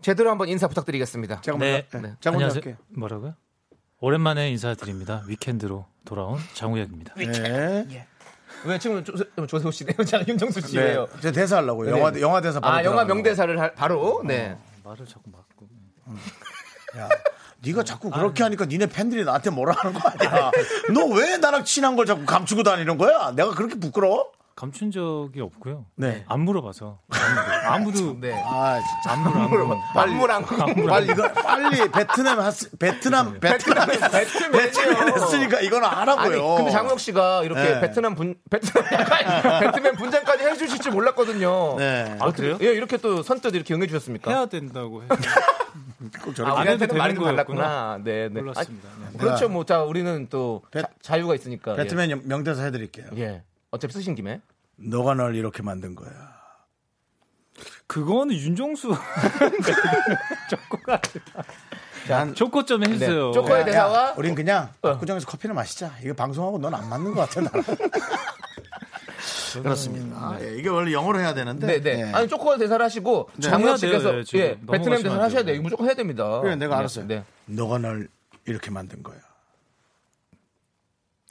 제대로 한번 인사 부탁드리겠습니다. 제가 먼저, 네. 네. 네. 제가 먼저 안녕하세요. 할게요. 뭐라고요? 오랜만에 인사드립니다. 위켄드로 돌아온 장우혁입니다. 네. 왜 지금 조, 조세호 씨네요, 장 윤정수 씨예요. 제 대사 하려고요. 영화, 네. 영화 대사 바로 아 영화 들어가려고. 명대사를 할- 바로 네. 말을 자꾸 막고. 야, 네가 자꾸 그렇게 하니까 니네 팬들이 나한테 뭐라 하는 거 아니야? 너 왜 나랑 친한 걸 자꾸 감추고 다니는 거야? 내가 그렇게 부끄러워? 감춘 적이 없고요. 네. 안 물어봐서. 아무도. 아무도 네. 아, 진짜. 안 물어, 안 물어. 안무랑 빨리 이거 빨리 베트남 하스, 베트남 베트남 베트남 배트맨이요. 했으니까 이거는 아니 하라고요. 근데 장우혁 씨가 이렇게 네. 베트남 분 베트남 베트맨 분장까지 해주실 줄 몰랐거든요. 네. 아, 그래요? 예 이렇게 또 선뜻 이렇게 응해 주셨습니까? 해야 된다고 해. 꼭 아, 안 해도 저렇게 우리한테는 되는 말이 좀 거였구나. 달랐구나. 네, 네. 몰랐습니다. 아니, 네. 그렇죠. 뭐, 자, 우리는 또 베- 자- 자유가 있으니까. 예. 베트맨 영- 명대사 해드릴게요. 예. 어차피 쓰신 김에. 너가 널 이렇게 만든 거야. 그거는 윤종수. 조커가 아니라. 난 조커 좀 해주세요. 네. 조커의 야, 어. 대사와 야, 아, 우린 그냥 구정에서 커피를 마시자. 이거 방송하고 넌 안 맞는 것 같아 나랑. 그렇습니다. 예, 이게 원래 영어로 해야 되는데. 네, 네. 예. 아니, 조커 대사를 하시고, 네. 장우혁 해야 돼요, 씨께서, 네, 지금. 예, 넘어가시면 베트남 안 대사를 돼요. 하셔야 돼요. 이거 무조건 해야 됩니다. 그래, 내가 네, 알았어요. 네. 너가 날 이렇게 만든 거야.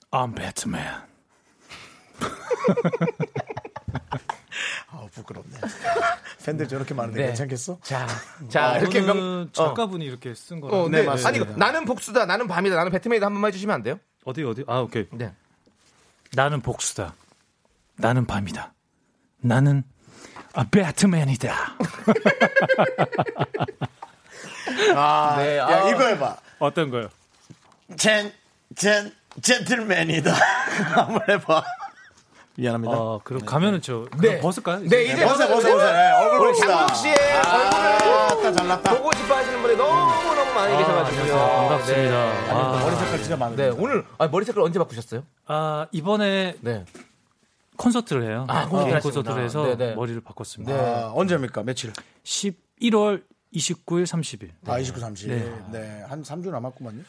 I'm Batman. 아 부끄럽네. 팬들 저렇게 많은데 네. 괜찮겠어? 자, 자, 이렇게 명. 어. 작가분이 이렇게 쓴 거라. 어, 어, 네. 네, 맞습니다. 아니, 나는 복수다, 나는 밤이다, 나는 배트맨이다 한 번만 해주시면 안 돼요? 어디 어디? 아 오케이. 네. 나는 복수다. 나는 밤이다. 나는 아, 배트맨이다. 아, 네, 야 아. 이거 해봐. 어떤 거요? 젠, 젠, 젠틀맨이다. 한번 해봐. 미안합니다. 아 그럼 가면은 저 네. 그럼 벗을까요? 네, 이제 벗어, 벗어, 벗어. 예, 얼굴 봅시다. 장국 씨의 얼굴을 아따 잘났다. 보고 싶어 하시는 분이 너무너무 많이 계셔가지고요. 반갑습니다. 네. 아, 머리 색깔 진짜 많은데. 네, 오늘 아, 머리 색깔 언제 바꾸셨어요? 아, 이번에 네. 콘서트를 해요. 아, 콘서트를 개인 하시구나. 콘서트를 해서 네, 네. 머리를 바꿨습니다. 아, 언제입니까? 며칠? 11월 29일, 30일. 아, 29, 30. 네. 한 3주 남았구만요.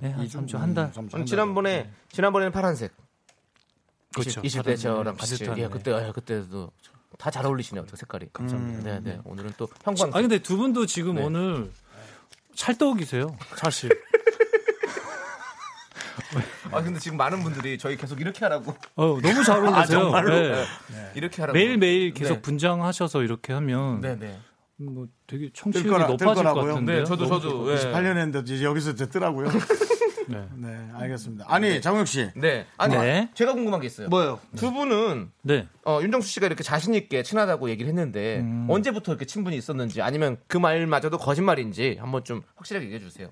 네, 한 3주 한 달. 그럼 지난번에 지난번에는 파란색. 네. 그렇죠. 네. 20, 대 저랑 같이. 바지트 예, 그때 아, 그때도 다 잘 어울리시네요. 어떻게 색깔이. 감사합니다. 네, 네. 오늘은 또 형광. 음. 아니 근데 두 분도 네. 지금 오늘 찰떡이세요. 사실. 아, 근데 지금 많은 분들이 저희 계속 이렇게 하라고. 아, 어, 너무 잘 어울리세요. 정말로? 네. 이렇게 하라고. 매일매일 계속 네. 분장하셔서 이렇게 하면 네, 네. 뭐 되게 청취율이 뜰 거라- 높아질 것 뜰 거라고요? 같은데. 네, 저도 저도. 예. 8년 했는데 이제 여기서 듣더라고요. 네. 네, 알겠습니다. 아니, 장욱 씨. 네. 아니, 네. 제가 궁금한 게 있어요. 뭐요? 두 분은 네. 어, 윤정수 씨가 이렇게 자신 있게 친하다고 얘기를 했는데 음. 언제부터 이렇게 친분이 있었는지 아니면 그 말마저도 거짓말인지 한번 좀 확실하게 얘기해 주세요.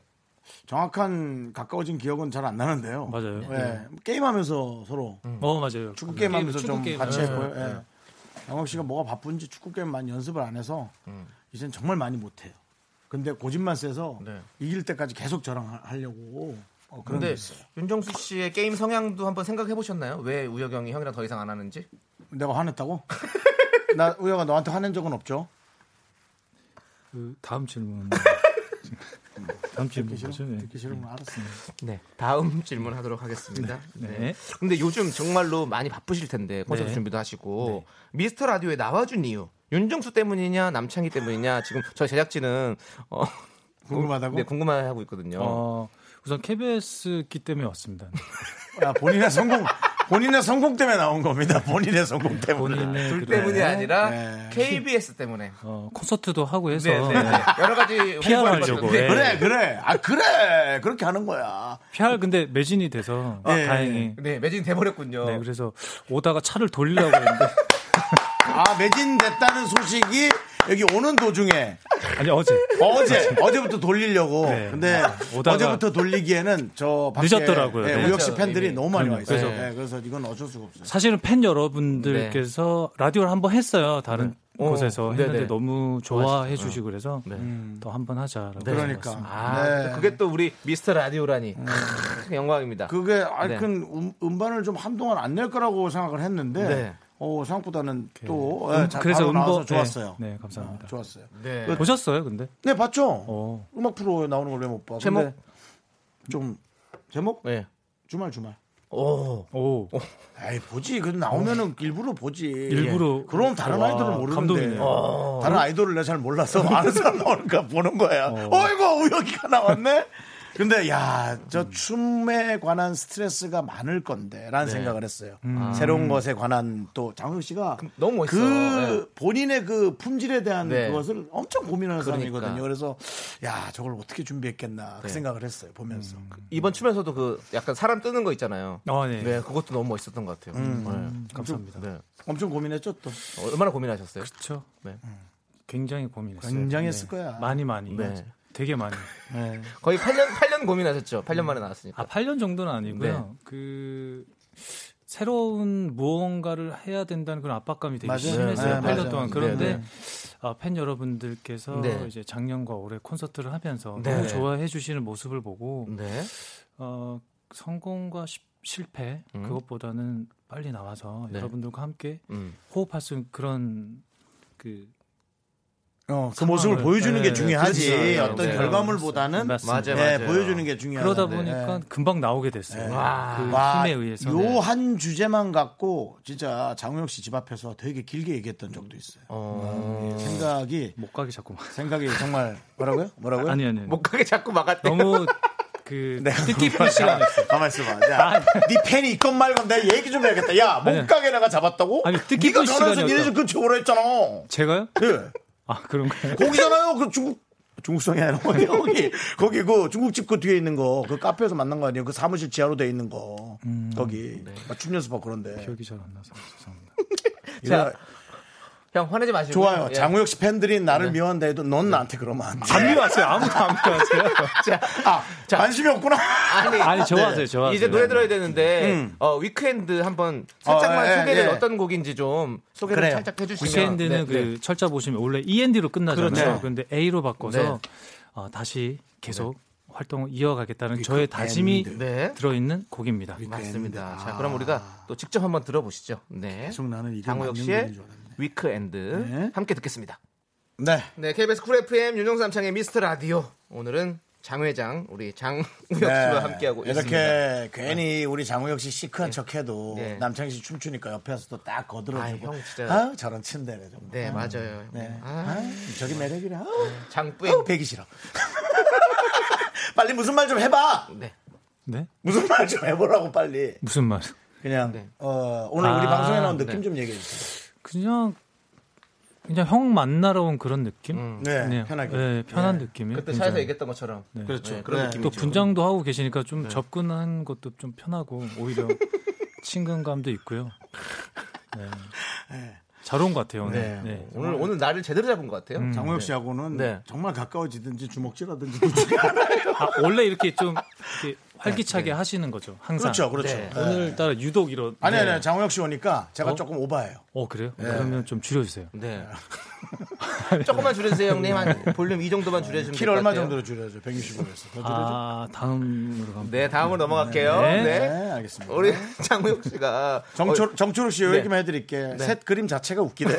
정확한 가까워진 기억은 잘 안 나는데요. 맞아요. 예, 게임하면서 서로 어, 맞아요. 축구 게임하면서 축구 좀 게임. 같이 네. 했고요. 예. 영업 씨가 뭐가 바쁜지 축구 게임 많이 연습을 안 해서 음. 이젠 정말 많이 못해요. 근데 고집만 세서 네. 이길 때까지 계속 저랑 하- 하려고 어, 그런 게 근데 있어요. 윤정수 씨의 게임 성향도 한번 생각해 보셨나요? 왜 우혁영이 형이랑 더 이상 안 하는지? 내가 화냈다고? 나 우영아 너한테 화낸 적은 없죠? 그 다음 질문. 다음 질문 뭐죠? 네. 듣기 싫은 건 알았어요. 네. 다음 질문 하도록 하겠습니다. 네. 네. 근데 요즘 정말로 많이 바쁘실 텐데 콘서트 네. 준비도 하시고 미스터 라디오에 나와준 이유 윤정수 때문이냐 남창희 때문이냐 지금 저희 제작진은 어, 궁금하다고? 네, 궁금해하고 있거든요. 어, 우선 KBS기 때문에 왔습니다. 아, 본인의 성공, 본인의 성공 때문에 나온 겁니다. 본인의 성공 때문에. 둘 때문이 아니라 KBS 때문에. 네, 어, 콘서트도 하고 해서 네, 네, 네. 여러 가지 피아하려고 그래, 그래, 그래. 아, 그래. 그렇게 하는 거야. PR 근데 매진이 돼서 네. 다행히 네, 매진 돼버렸군요. 네, 그래서 오다가 차를 돌리려고 했는데 아, 매진됐다는 소식이 여기 오는 도중에 아니 어제 어제 어제부터 돌리려고. 네. 근데 오다가 어제부터 돌리기에는 저 밖에 늦었더라고요. 예, 네. 우혁 씨 팬들이 이미. 너무 많이 와 있어요. 네, 그러니까요. 그래서, 그래서 이건 어쩔 수가 없어요. 사실은 팬 여러분들께서 네. 라디오를 한번 했어요. 다른 어, 곳에서 했는데 네네. 너무 좋아해 주시고 그래서 음. 또 한번 하자라고 그러니까. 생각했습니다. 아, 네. 그게 또 우리 미스터 라디오라니. 크, 영광입니다. 그게 네. 알큰 음, 반을 좀 한동안 안 낼 거라고 생각을 했는데 네. 어, 생각보다는 또 예, 자, 그래서 바로 나와서 음반- 좋았어요. 네, 네, 감사합니다. 아, 좋았어요. 네. 보셨어요, 근데? 네 봤죠. 어. 음악 프로에 나오는 걸 왜 못 봐? 제목? 근데 좀 제목 네. 주말 주말. 오. 오. 에이 보지. 그 나오면은 일부러 보지. 예. 일부러. 그럼 다른 와, 아이돌은 모르는데. 어. 감동이네요. 다른 아이돌을 내가 잘 몰라서 아는 사람 나오니까 보는 거야. 어. 이구 우혁이가 나왔네. 근데 야 저 춤에 관한 스트레스가 많을 건데라는 네. 생각을 했어요. 음. 새로운 것에 관한 또 장혁 씨가 아, 너무 멋있어. 그 본인의 그 품질에 대한 네. 그것을 엄청 고민하는 그러니까. 네. 사람이거든요. 그래서 야 저걸 어떻게 준비했겠나 그 생각을 했어요 보면서. 음. 이번 춤에서도 그 약간 사람 뜨는 거 있잖아요. 아, 네. 네, 그것도 너무 멋있었던 것 같아요. 네. 감사합니다. 네. 엄청 고민했죠 또. 얼마나 고민하셨어요? 그렇죠. 네. 굉장히 고민했어요. 네. 굉장히 했을 거야. 많이 많이. 네. 되게 많이. 거의 8년 8년 고민하셨죠. 8년 만에 나왔으니까. 아, 8년 정도는 아니고요. 네. 그 새로운 무언가를 해야 된다는 그런 압박감이 되게 맞아요. 심했어요. 네, 8년 맞아요. 동안. 네, 그런데 네. 아, 팬 여러분들께서 네. 이제 작년과 올해 콘서트를 하면서 네. 너무 좋아해 주시는 모습을 보고 음. 네. 어, 성공과 시- 실패 음. 그것보다는 빨리 나와서 네. 여러분들과 함께 음. 호흡할 수 있는 그런 그 어, 그 상황을- 모습을 보여주는 네, 게 중요하지. 그렇죠. 어떤 네. 결과물보다는 맞습니다. 맞아요, 예, 맞아요. 보여주는 게 중요하다. 그러다 보니까 금방 나오게 됐어요. 네. 와. 그 와, 힘에 의해서. 네. 요 한 주제만 갖고 진짜 장우혁 씨 집 앞에서 되게 길게 얘기했던 적도 있어요. 어. 예. 생각이 못 가게 자꾸만. 생각이 정말 뭐라고요? 뭐라고요? 아니 아니. 아니. 못 가게 자꾸 막았대. 너무 그 내가 뜻깊은 시간이었어요. 가만 있어봐. 야, 네 팬이 있건 말건 내 얘기 좀 해야겠다. 야, 아니. 목가게 내가 잡았다고? 네. 아니, 네가 뜻깊은 전화해서 그 시간이었다. 니네 집 근처 오라 했잖아. 제가요? 예. 아 그런가요? 거기잖아요. 그 중국 중국성이 아니라 어디 거기 거기 그 중국집 그 뒤에 있는 거 그 카페에서 만난 거 아니에요? 그 사무실 지하로 돼 있는 거 음. 거기 네. 막춤 연습하고 그런데 기억이 잘 안 나서 죄송합니다. 자, 형 화내지 마시고. 좋아요. 예. 장우혁 씨 팬들이 나를 네. 미워한다 해도 넌 나한테 그러면 안 돼. 안미 왔어요. 아무도 안 왔어요. 아, 관심이 없구나. 아니, 아니 좋아하세요. 좋아하세요. 이제 노래 들어야 되는데 어, 위크엔드 한번 살짝만 어, 예, 소개를 예. 어떤 곡인지 좀 소개를 그래요. 살짝 해주시면. 위켄드는 그 네, 네. 철자 보시면 원래 END로 끝나잖아요. 그렇죠. 그런데 A로 바꿔서 네. 어, 다시 계속 활동을 이어가겠다는 저의 다짐이 네. 들어있는 곡입니다. 맞습니다. 자, 그럼 우리가 또 직접 한번 들어보시죠. 네. 계속 나는 이게 장우혁 맞는 씨의 분인 줄 알았네. 위크엔드 네. 함께 듣겠습니다. 네. 네, KBS 쿨 FM 윤종수 남창의 미스터 라디오. 오늘은 장 회장 우리 장우혁 씨와 함께하고 네. 이렇게 있습니다. 괜히 우리 장우혁 씨 시크한 척해도 네. 남창희 씨 춤추니까 옆에서 또 딱 거들어주고 아, 형 진짜. 아, 저런 침대래 정말. 네, 맞아요. 네. 아, 아, 저기 매력이라. 아, 장뿌 배기 싫어. 빨리 무슨 말 좀 해봐. 네. 네? 무슨 말 좀 해보라고 빨리. 무슨 말? 그냥 네. 어, 오늘 우리 아, 방송에 나온 느낌 네. 좀 얘기해 주세요. 그냥 그냥 형 만나러 온 그런 느낌? 음. 네, 그냥, 편하게. 네, 편한 느낌이에요. 그때 굉장히. 차에서 얘기했던 것처럼 네, 그렇죠. 그런 네. 또 느낌이죠. 네. 분장도 하고 계시니까 좀 접근한 것도 좀 편하고 오히려 친근감도 있고요. 네. 잘 온 것 같아요 오늘. 네. 네. 오늘 오늘 나를 제대로 잡은 것 같아요. 장우혁 씨하고는 네. 정말 가까워지든지 주먹질하든지 그렇지 않아요. 아, 원래 이렇게 좀 이렇게 활기차게 하시는 거죠 항상. 그렇죠, 그렇죠. 네. 네. 오늘따라 유독 이런. 아니 아니 장우혁 씨 오니까 제가 어? 조금 오바해요. 어 그래요? 그러면 좀 줄여주세요. 네. 조금만 줄여주세요, 형님. 한 볼륨 이 네. 정도만 줄여주면 킬 될것 얼마 같아요. 정도로 줄여줘? 165에서 더 줄여줘. 아 다음으로 가면. 네, 다음으로 넘어갈게요. 네. 네. 네, 알겠습니다. 우리 장우혁 씨가 정초, 정초록 씨 얘기만 네. 해드릴게. 셋 그림 자체가 웃기네요.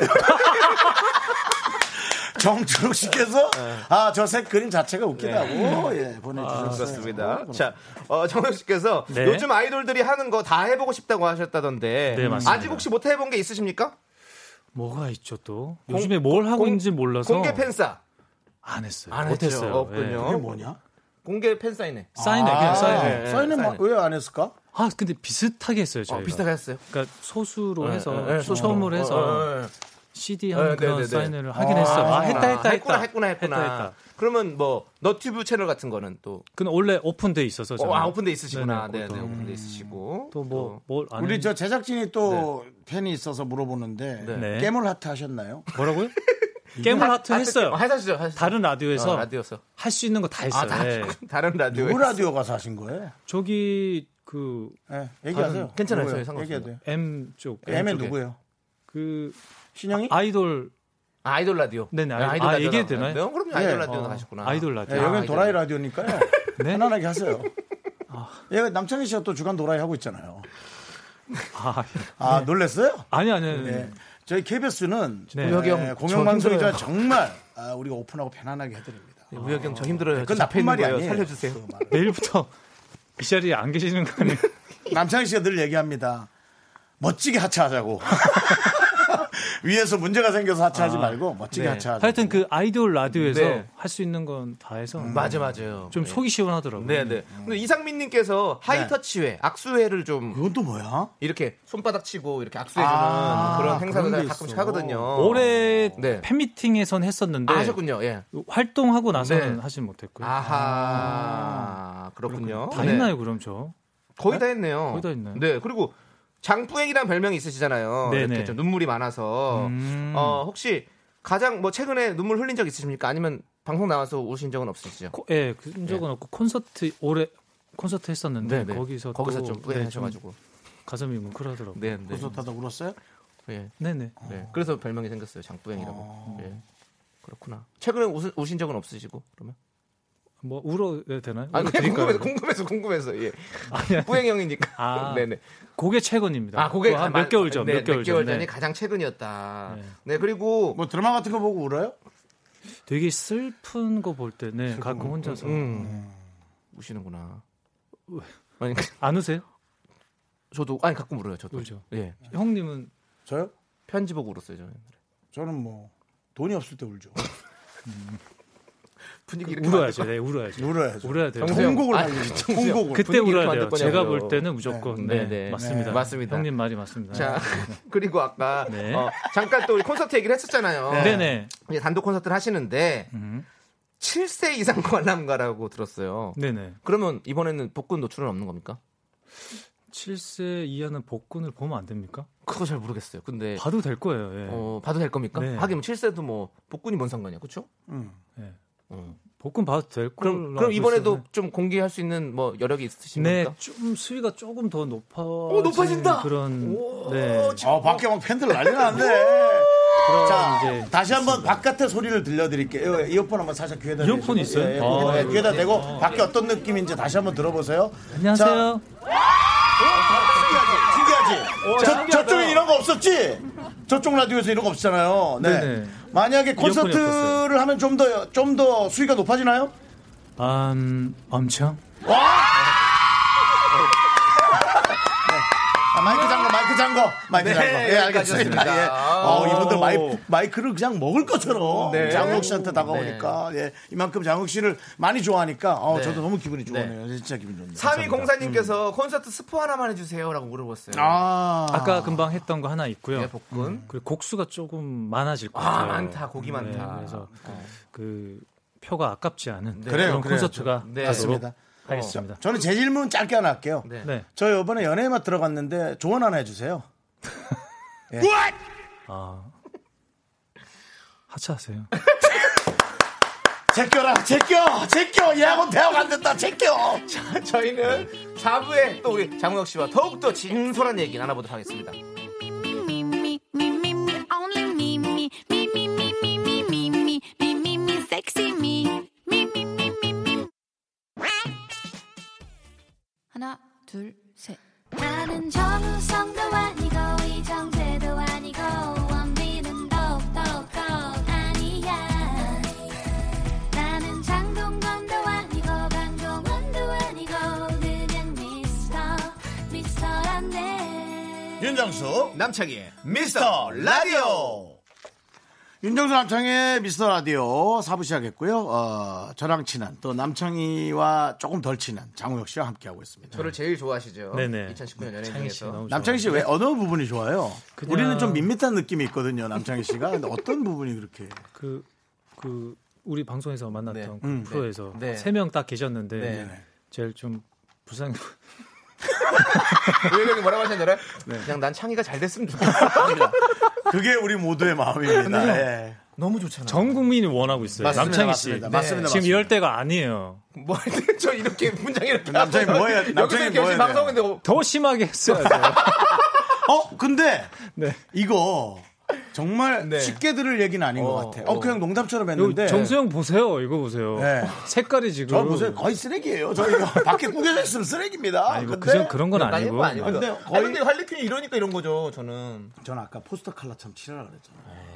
정초록 씨께서 네. 아 저 셋 그림 자체가 웃기다고 예, 보내주셨어요. 아, 그렇습니다. 자, 어, 정우혁 씨께서 아, 네. 요즘 아이돌들이 하는 거 다 해보고 싶다고 하셨다던데 네, 맞습니다. 아직 혹시 못 해본 게 있으십니까? 뭐가 있죠 또? 요즘에 뭘 하고 공- 있는지 몰라서 공개 팬싸 안 네. 했어요. 안 못 했죠. 했어요. 없군요. 아. 이게 뭐냐? 아, 네, 공개 팬싸이네. 네, 사인회 그냥 사인회. 사인은 뭐 사인회. 왜안 했을까? 아 근데 비슷하게 했어요 저희가. 비슷하게 아, 했어요. 그러니까 소수로 예, 해서 예, 예, 추첨을 소수로. 해서 어, 어, 어. CD 한 예, 그런 네네네. 사인회를 하긴 했어요. 아, 했다 했다 했다 했구나, 했구나 했구나 했다, 했다. 그러면 뭐 너튜브 채널 같은 거는 또 그건 원래 오픈돼 있어서 어, 저는. 아, 오픈돼 어. 있으시구나. 그렇죠. 네네, 네, 네, 그것도. 오픈돼 있으시고 또뭐뭘 아는 우리 저 제작진이 또 네. 팬이 있어서 물어보는데 네. 깨물 하트 하셨나요? 뭐라고요? 깨물 하트 했어요. 아, 하셨죠? 다른 라디오에서 어, 라디오에서 할 수 있는 거 다 했어요. 아, 다 예. 하셨구나. 다른 라디오. 누구 그 라디오 가서 하신 거예요? 저기 그 예, 얘기하세요. 다른- 괜찮아요. 누구예요? 저희 네, 상관없어요. 얘기해도 돼요. M 쪽. M의 쪽에 누구예요? 그 신영이? 아이돌 아, 아이돌 라디오. 네네, 아, 아이- 아이돌 아, 라디오 얘기해도 나왔나요? 되나요? 네, 그럼요. 아이돌 예. 라디오 어. 하셨구나. 아이돌 라디오. 예, 아, 여기는 아이돌 도라이 라디오니까요. 네? 편안하게 하세요. 아. 예, 남창희 씨가 또 주간 도라이 하고 있잖아요. 아, 아, 네. 놀랬어요? 아니 아니. 네. 네. 저희 KBS는 네. 예, 우혁이 형, 공영방송이자 저 힘들어요. 정말 아, 우리가 오픈하고 편안하게 해드립니다. 우혁이 형 네, 저 힘들어요. 그건 저 나쁜 잡혀있는 말이 거예요. 아니에요. 살려주세요. 그 말은. 내일부터 이 자리에 안 계시는 거 아니에요? 남창희 씨가 늘 얘기합니다. 멋지게 하차하자고. 위에서 문제가 생겨서 하차하지 말고 멋지게 네. 하차하자. 하여튼 그 아이돌 라디오에서 네. 음, 할 수 있는 건 다 해서 음. 맞아 맞아요. 좀 음. 네. 속이 시원하더라고요. 네, 네. 근데 이상민 님께서 하이터치회, 악수회를 좀 그건 또 뭐야? 이렇게 손바닥 치고 이렇게 악수해 주는 아, 그런 행사를 그런 게 가끔씩 있어. 하거든요. 올해 네. 팬미팅에선 했었는데 아, 하셨군요. 예. 활동하고 나서는 네. 하진 못했고요. 아하. 그렇군요. 다 네. 했나요 그럼 저? 거의 다 했네요. 거의 다 했나요? 네. 그리고 장뿌행이라는 별명이 있으시잖아요. 네네. 이렇게 좀 눈물이 많아서 음. 어, 혹시 가장 뭐 최근에 눈물 흘린 적 있으십니까? 아니면 방송 나와서 우신 적은 없으시죠? 코- 예, 그런 적은 네. 없고 콘서트 올해 콘서트 했었는데 네, 거기서 거기서 또, 좀 네, 뿌행하셔가지고. 가슴이 뭉클하더라고요. 네, 네. 고소타다 울었어요? 예. 네, 네. 네. 그래서 별명이 생겼어요. 장뿌행이라고. 아. 예. 그렇구나. 최근에 우신, 우신 적은 없으시고 그러면? 뭐 울어도 되나요? 아, 그냥 울어드릴까요? 궁금해서 궁금해서 궁금해서 예. 아니, 아니. 뿌행형이니까. 아. 네네. 그게 최근입니다. 아, 그게 그거 한몇 가만- 개월 전, 네, 몇 개월 전. 전이 네. 가장 최근이었다. 네. 네, 그리고 뭐 드라마 같은 거 보고 울어요? 되게 슬픈 거 볼 때, 네, 가끔 혼자서 음. 우시는구나. 아니 그, 안 우세요? 저도 아니 가끔 울어요. 저도. 울죠. 예. 형님은 저요? 편지 보고 울었어요. 저는. 저는 뭐 돈이 없을 때 울죠. 분위기 이렇게 울어야죠, 네, 울어야죠. 울어야죠. 울어야 돼요. 그 정세영. 통곡을 아, 하려고. 정세영. 통곡을. 그때 분위기 울어야 이렇게 돼요. 만들 제가 거냐고요. 볼 때는 무조건 네, 네, 네. 맞습니다. 네, 맞습니다. 형님 말이 맞습니다. 자, 그리고 아까 네. 어, 잠깐 또 우리 콘서트 얘기를 했었잖아요. 네, 음. 네, 이제 단독 콘서트를 하시는데 7세 이상 관람가라고 들었어요. 네, 네. 그러면 이번에는 복근 노출은 없는 겁니까? 7세 이하는 복근을 보면 안 됩니까? 그거 잘 모르겠어요. 근데 봐도 될 거예요. 예. 어, 봐도 될 겁니까? 네. 하긴 7세도 뭐 복근이 뭔 상관이야, 그렇죠? 예. 복근 봐도 될 거예요. 그럼 그럼 이번에도 좀 공개할 수 있는 뭐 여력이 있으신 네, 겁니까? 어, 좀 수위가 조금 더 높아. 높아진다! 그런 오, 네. 아 밖에 막 팬들 난리 났네. 그런 자 이제 다시 한번 바깥의 소리를 들려드릴게요. 이어폰 한번 살짝 귀에다 이어폰이 대시고. 있어요? 예, 예, 아, 예, 귀에다 대고 밖에 어떤 느낌인지 다시 한번 들어보세요. 안녕하세요. 신기하지? 저, 저쪽에 이런 거 없었지? 저쪽 라디오에서 이런 거 없잖아요. 네. 네네. 만약에 콘서트를 없었어요. 하면 좀 더 좀 더 수위가 높아지나요? 음, 엄청 아, 마이크 잠궈, 마이크 잠궈, 마이크 네, 잠궈. 예, 알겠습니다. 여기까지였습니다. 아. 예. 어, 이분들 마이, 마이크를 그냥 먹을 것처럼 네. 장욱 씨한테 다가오니까 예, 이만큼 장욱 씨를 많이 좋아하니까 어, 네. 저도 너무 기분이 좋네요. 진짜 기분 좋네요. 3위 공사님께서 음. 콘서트 스포 하나만 해주세요라고 물어봤어요. 아, 아까 그 금방 했던 거 하나 있고요. 음. 네, 복근. 그리고 곡수가 조금 많아질 것 아, 같아요. 네, 많다. 고기 많다. 어. 그래서 그 표가 아깝지 않은 그래요, 그런 그래요. 콘서트가 네. 맞습니다. 어. 하겠습니다. 저는 제 질문 짧게 하나 할게요. 네. 네. 저 이번에 연예의 맛 들어갔는데 조언 하나 해주세요. 아. 하차하세요. 제껴라, 제껴, 제껴. 얘하고 대화가 안 됐다, 제껴. 저희는 4부에 또 우리 장우혁 씨와 더욱더 진솔한 얘기 나눠보도록 하겠습니다. me, me, me, me, me, only me, me, me, me, me, me, me, me, me, me, me, me, sexy me, me, me, me, me, me. 하나, 둘, 셋. 나는 정우성도 아니고 이정재도 아니고 원빈은 더욱더 아니야 나는 장동건도 아니고 강동원도 아니고 그냥 미스터 미스터란데 윤정수 남창희의 미스터 라디오 윤정수 남창의 미스터 라디오 사부 시작했고요. 어, 저랑 친한 또 남창희와 조금 덜 친한 장우혁 씨와 함께하고 있습니다. 저를 제일 좋아하시죠. 네. 네네. 2019년 연예인 창희 씨 중에서 너무 남창희 씨 왜 어느 부분이 좋아요? 네. 그냥- 우리는 좀 밋밋한 느낌이 있거든요. 남창희 씨가 근데 어떤 부분이 그렇게 그, 그 우리 방송에서 만났던 네. 그 음. 프로에서 네. 세 명 딱 계셨는데 네. 제일 좀 부상 우리 형이 뭐라고 하셨는지 알아요? 네. 그냥 난 창의가 잘 됐으면 좋겠어. 그게 우리 모두의 마음입니다. 예. 너무 좋잖아. 전 국민이 원하고 있어요. 맞습니다, 네. 남창희 씨. 네. 맞습니다, 맞습니다, 지금 맞습니다. 이럴 때가 아니에요. 뭐저 이렇게 문장 이렇게 남창이 하고 뭐 해야- 여기서 남창이 이렇게 뭐 해야 열심히 방송인데 어, 더 심하게 했어야 돼요. 어 근데 네. 이거 정말 네. 쉽게 들을 얘기는 아닌 것 어, 같아요. 어 그냥 농담처럼 이거 했는데 정수영 보세요. 이거 보세요. 네. 색깔이 지금. 저 보세요 거의 쓰레기예요. 저희가 밖에 구겨져 있으면 쓰레기입니다. 아니, 뭐 근데 그전 그런 건 난 아니고. 네. 이거 아니고. 근데 근데 거의- 근데 할리퀸이 이러니까 이런 거죠. 저는 전 아까 포스터 칼라 참 칠하라 그랬잖아요.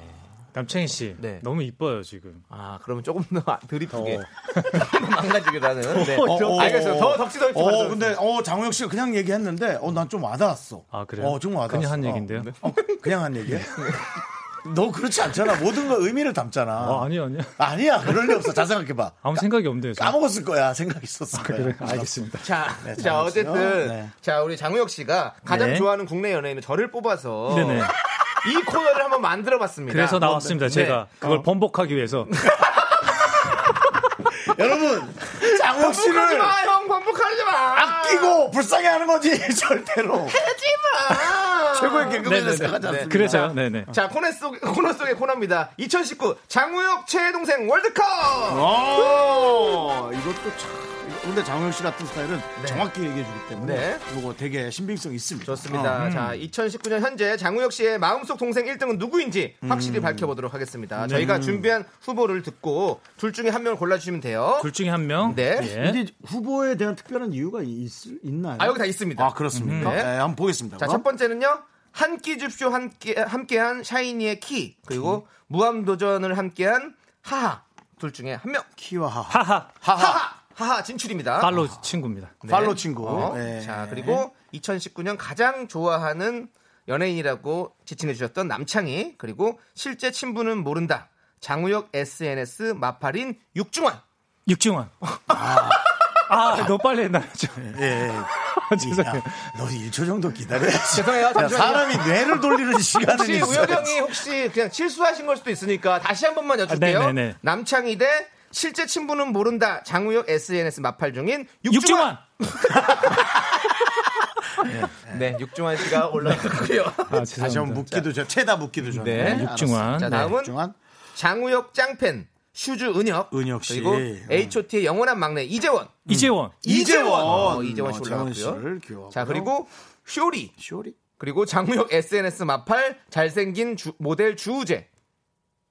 남창희 씨. 네. 너무 이뻐요, 지금. 아 그러면 조금 더 드립하게 망가지기라는. 네. 어, 어, 알겠어요. 더 어. 덕지덕지. 어 근데 어 장우혁 씨가 그냥 얘기했는데 어 난 좀 와닿았어. 아, 그래요? 어좀 와닿았어. 그냥 한 어. 얘기인데요? 어, 그냥 한 얘기야? 너 그렇지 않잖아. 모든 거 의미를 담잖아. 아, 아니요, 아니요. 아니야, 그럴 리 없어. 잘 생각해봐. 아무 생각이 없네요. 저는. 까먹었을 거야. 생각 있었어. 아, 그래, 알겠습니다. 자, 네, 자 장우혁 씨요. 어쨌든 네. 자 우리 장우혁 씨가 가장 네. 좋아하는 국내 연예인은 저를 뽑아서 네네. 이 코너를 한번 만들어봤습니다. 그래서 나왔습니다. 네. 제가 그걸 번복하기 위해서. 여러분, 뭐 장우혁 반복하지 씨를 마, 형 반복하지 마. 아끼고 불쌍해하는 거지 절대로. 하지 마. 최고의 개그맨을 아. 네네네. 생각하지 않습니다. 그래서요. 네네. 자 코너 속 코너 속의 코너입니다. 2019 장우혁 최동생 월드컵. 오, 어, 이것도 참. 이거- 근데 장우혁 씨 같은 스타일은 정확히 얘기해주기 때문에 네. 이거 되게 신빙성 있습니다. 어. 어, 좋습니다. 음. 자, 2019년 현재 장우혁 씨의 마음속 동생 1등은 누구인지 음. 확실히 밝혀보도록 하겠습니다. 네. 저희가 준비한 후보를 듣고 둘 중에 한 명을 골라주시면 돼요. 둘 중에 한 명. 네. 예. 이게 후보에 대한 특별한 이유가 있, 있나요? 아, 여기 다 있습니다. 아, 그렇습니까? 네. 네, 한번 보겠습니다. 자, 그럼. 첫 번째는요. 한 끼 줍쇼 함께, 함께한 샤이니의 키, 그리고 무함도전을 함께한 하하. 둘 중에 한 명. 키와 하하. 하하. 하하! 하하 진출입니다. 팔로 친구입니다. 네. 팔로 친구. 어, 네. 자, 그리고 2019년 가장 좋아하는 연예인이라고 지칭해 주셨던 남창희, 그리고 실제 친분은 모른다. 장우혁 SNS 마파린 육중환. 육중환. 아, 너 빨리 했나요? 저- 예. 죄송해요. 야, 너 1초 정도 기다려야지. 죄송해요. 야, 잠시만요. 사람이 뇌를 돌리는 시간은 혹시 있어요. 우혁 형이 혹시 그냥 실수하신 걸 수도 있으니까 다시 한 번만 여쭐게요. 아, 네네네. 남창희 대 실제 친분은 모른다. 장우혁 SNS 마팔 중인 육중환. 육중환. 네, 육중환 씨가 올라갔고요. 아, 죄송합니다. 다시 한번 묻기도 전, 채다 묻기도 전. 네, 육중환. 자, 네. 다음은 육중환. 장우혁 짱팬 슈즈 은혁 은혁 씨. 그리고 어. H.O.T의 의 영원한 막내 이재원 이재원. 이재원 어, 어, 이재원 씨 재원 올라갔고요 씨를 기억하고요. 자 그리고 쇼리 쇼리. 그리고 장우혁 SNS 마팔 잘생긴 주- 모델 주우재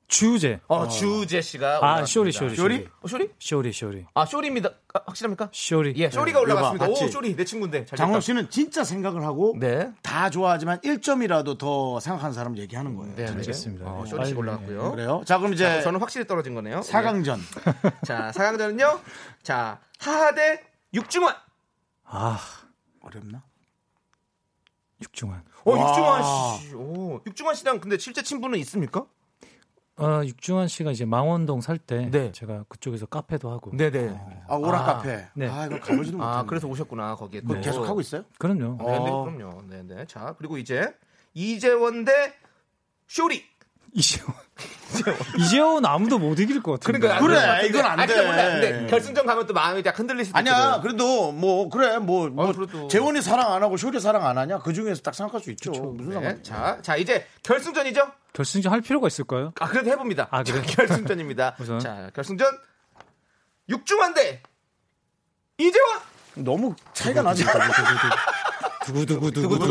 주우재. 어, 주우재 아, 씨가 올라갔습니다. 쇼리, 쇼리, 쇼리. 어, 쇼리 쇼리, 쇼리. 아 쇼리입니다 아, 확실합니까 쇼리. 예 쇼리가 이거 올라갔습니다 봐, 오 봤지? 쇼리 내 친구인데 잘 장원 됐다. 씨는 진짜 생각을 하고 네 다 좋아하지만 1점이라도 더 생각하는 사람 얘기하는 거예요. 예. 네, 네. 알겠습니다. 어, 네. 쇼리 씨 빨리, 올라갔고요 그래요? 자, 그럼 이제 저는 확실히 떨어진 거네요 예. 4강전. 자, 4강전은요. 자, 하하대 육중환. 아, 어렵나? 육중환. 어, 육중환 씨. 오, 육중환 씨랑 근데 실제 친분은 있습니까? 어, 육중환 씨가 이제 망원동 살 때 네. 제가 그쪽에서 카페도 하고. 네네. 아, 오락 아, 카페. 네. 아, 이거 가보지도 못했네. 아, 그래서 오셨구나, 거기에. 그거 계속 하고 있어요? 그럼요. 네, 네, 어. 그럼요. 네네. 자, 그리고 이제 이재원 대 쇼리. 이재원. 이재원 아무도 못 이길 것 같은데. 그러니까 그래, 이건 안 아니, 돼. 근데 몰라. 근데 결승전 가면 또 마음이 딱 흔들릴 수도 아니야, 있거든. 그래도 뭐 그래 뭐, 뭐 아, 그래도- 재원이 사랑 안 하고 쇼리 사랑 안 하냐 그 중에서 딱 생각할 수 있죠. 무슨 네, 상관? 자, 자, 이제 결승전이죠? 결승전 할 필요가 있을까요? 아, 그래도 해봅니다. 아, 그래요? 자, 결승전입니다. 우선. 자, 결승전. 육중환 대 이재원! 너무 차이가 나지. 그렇죠.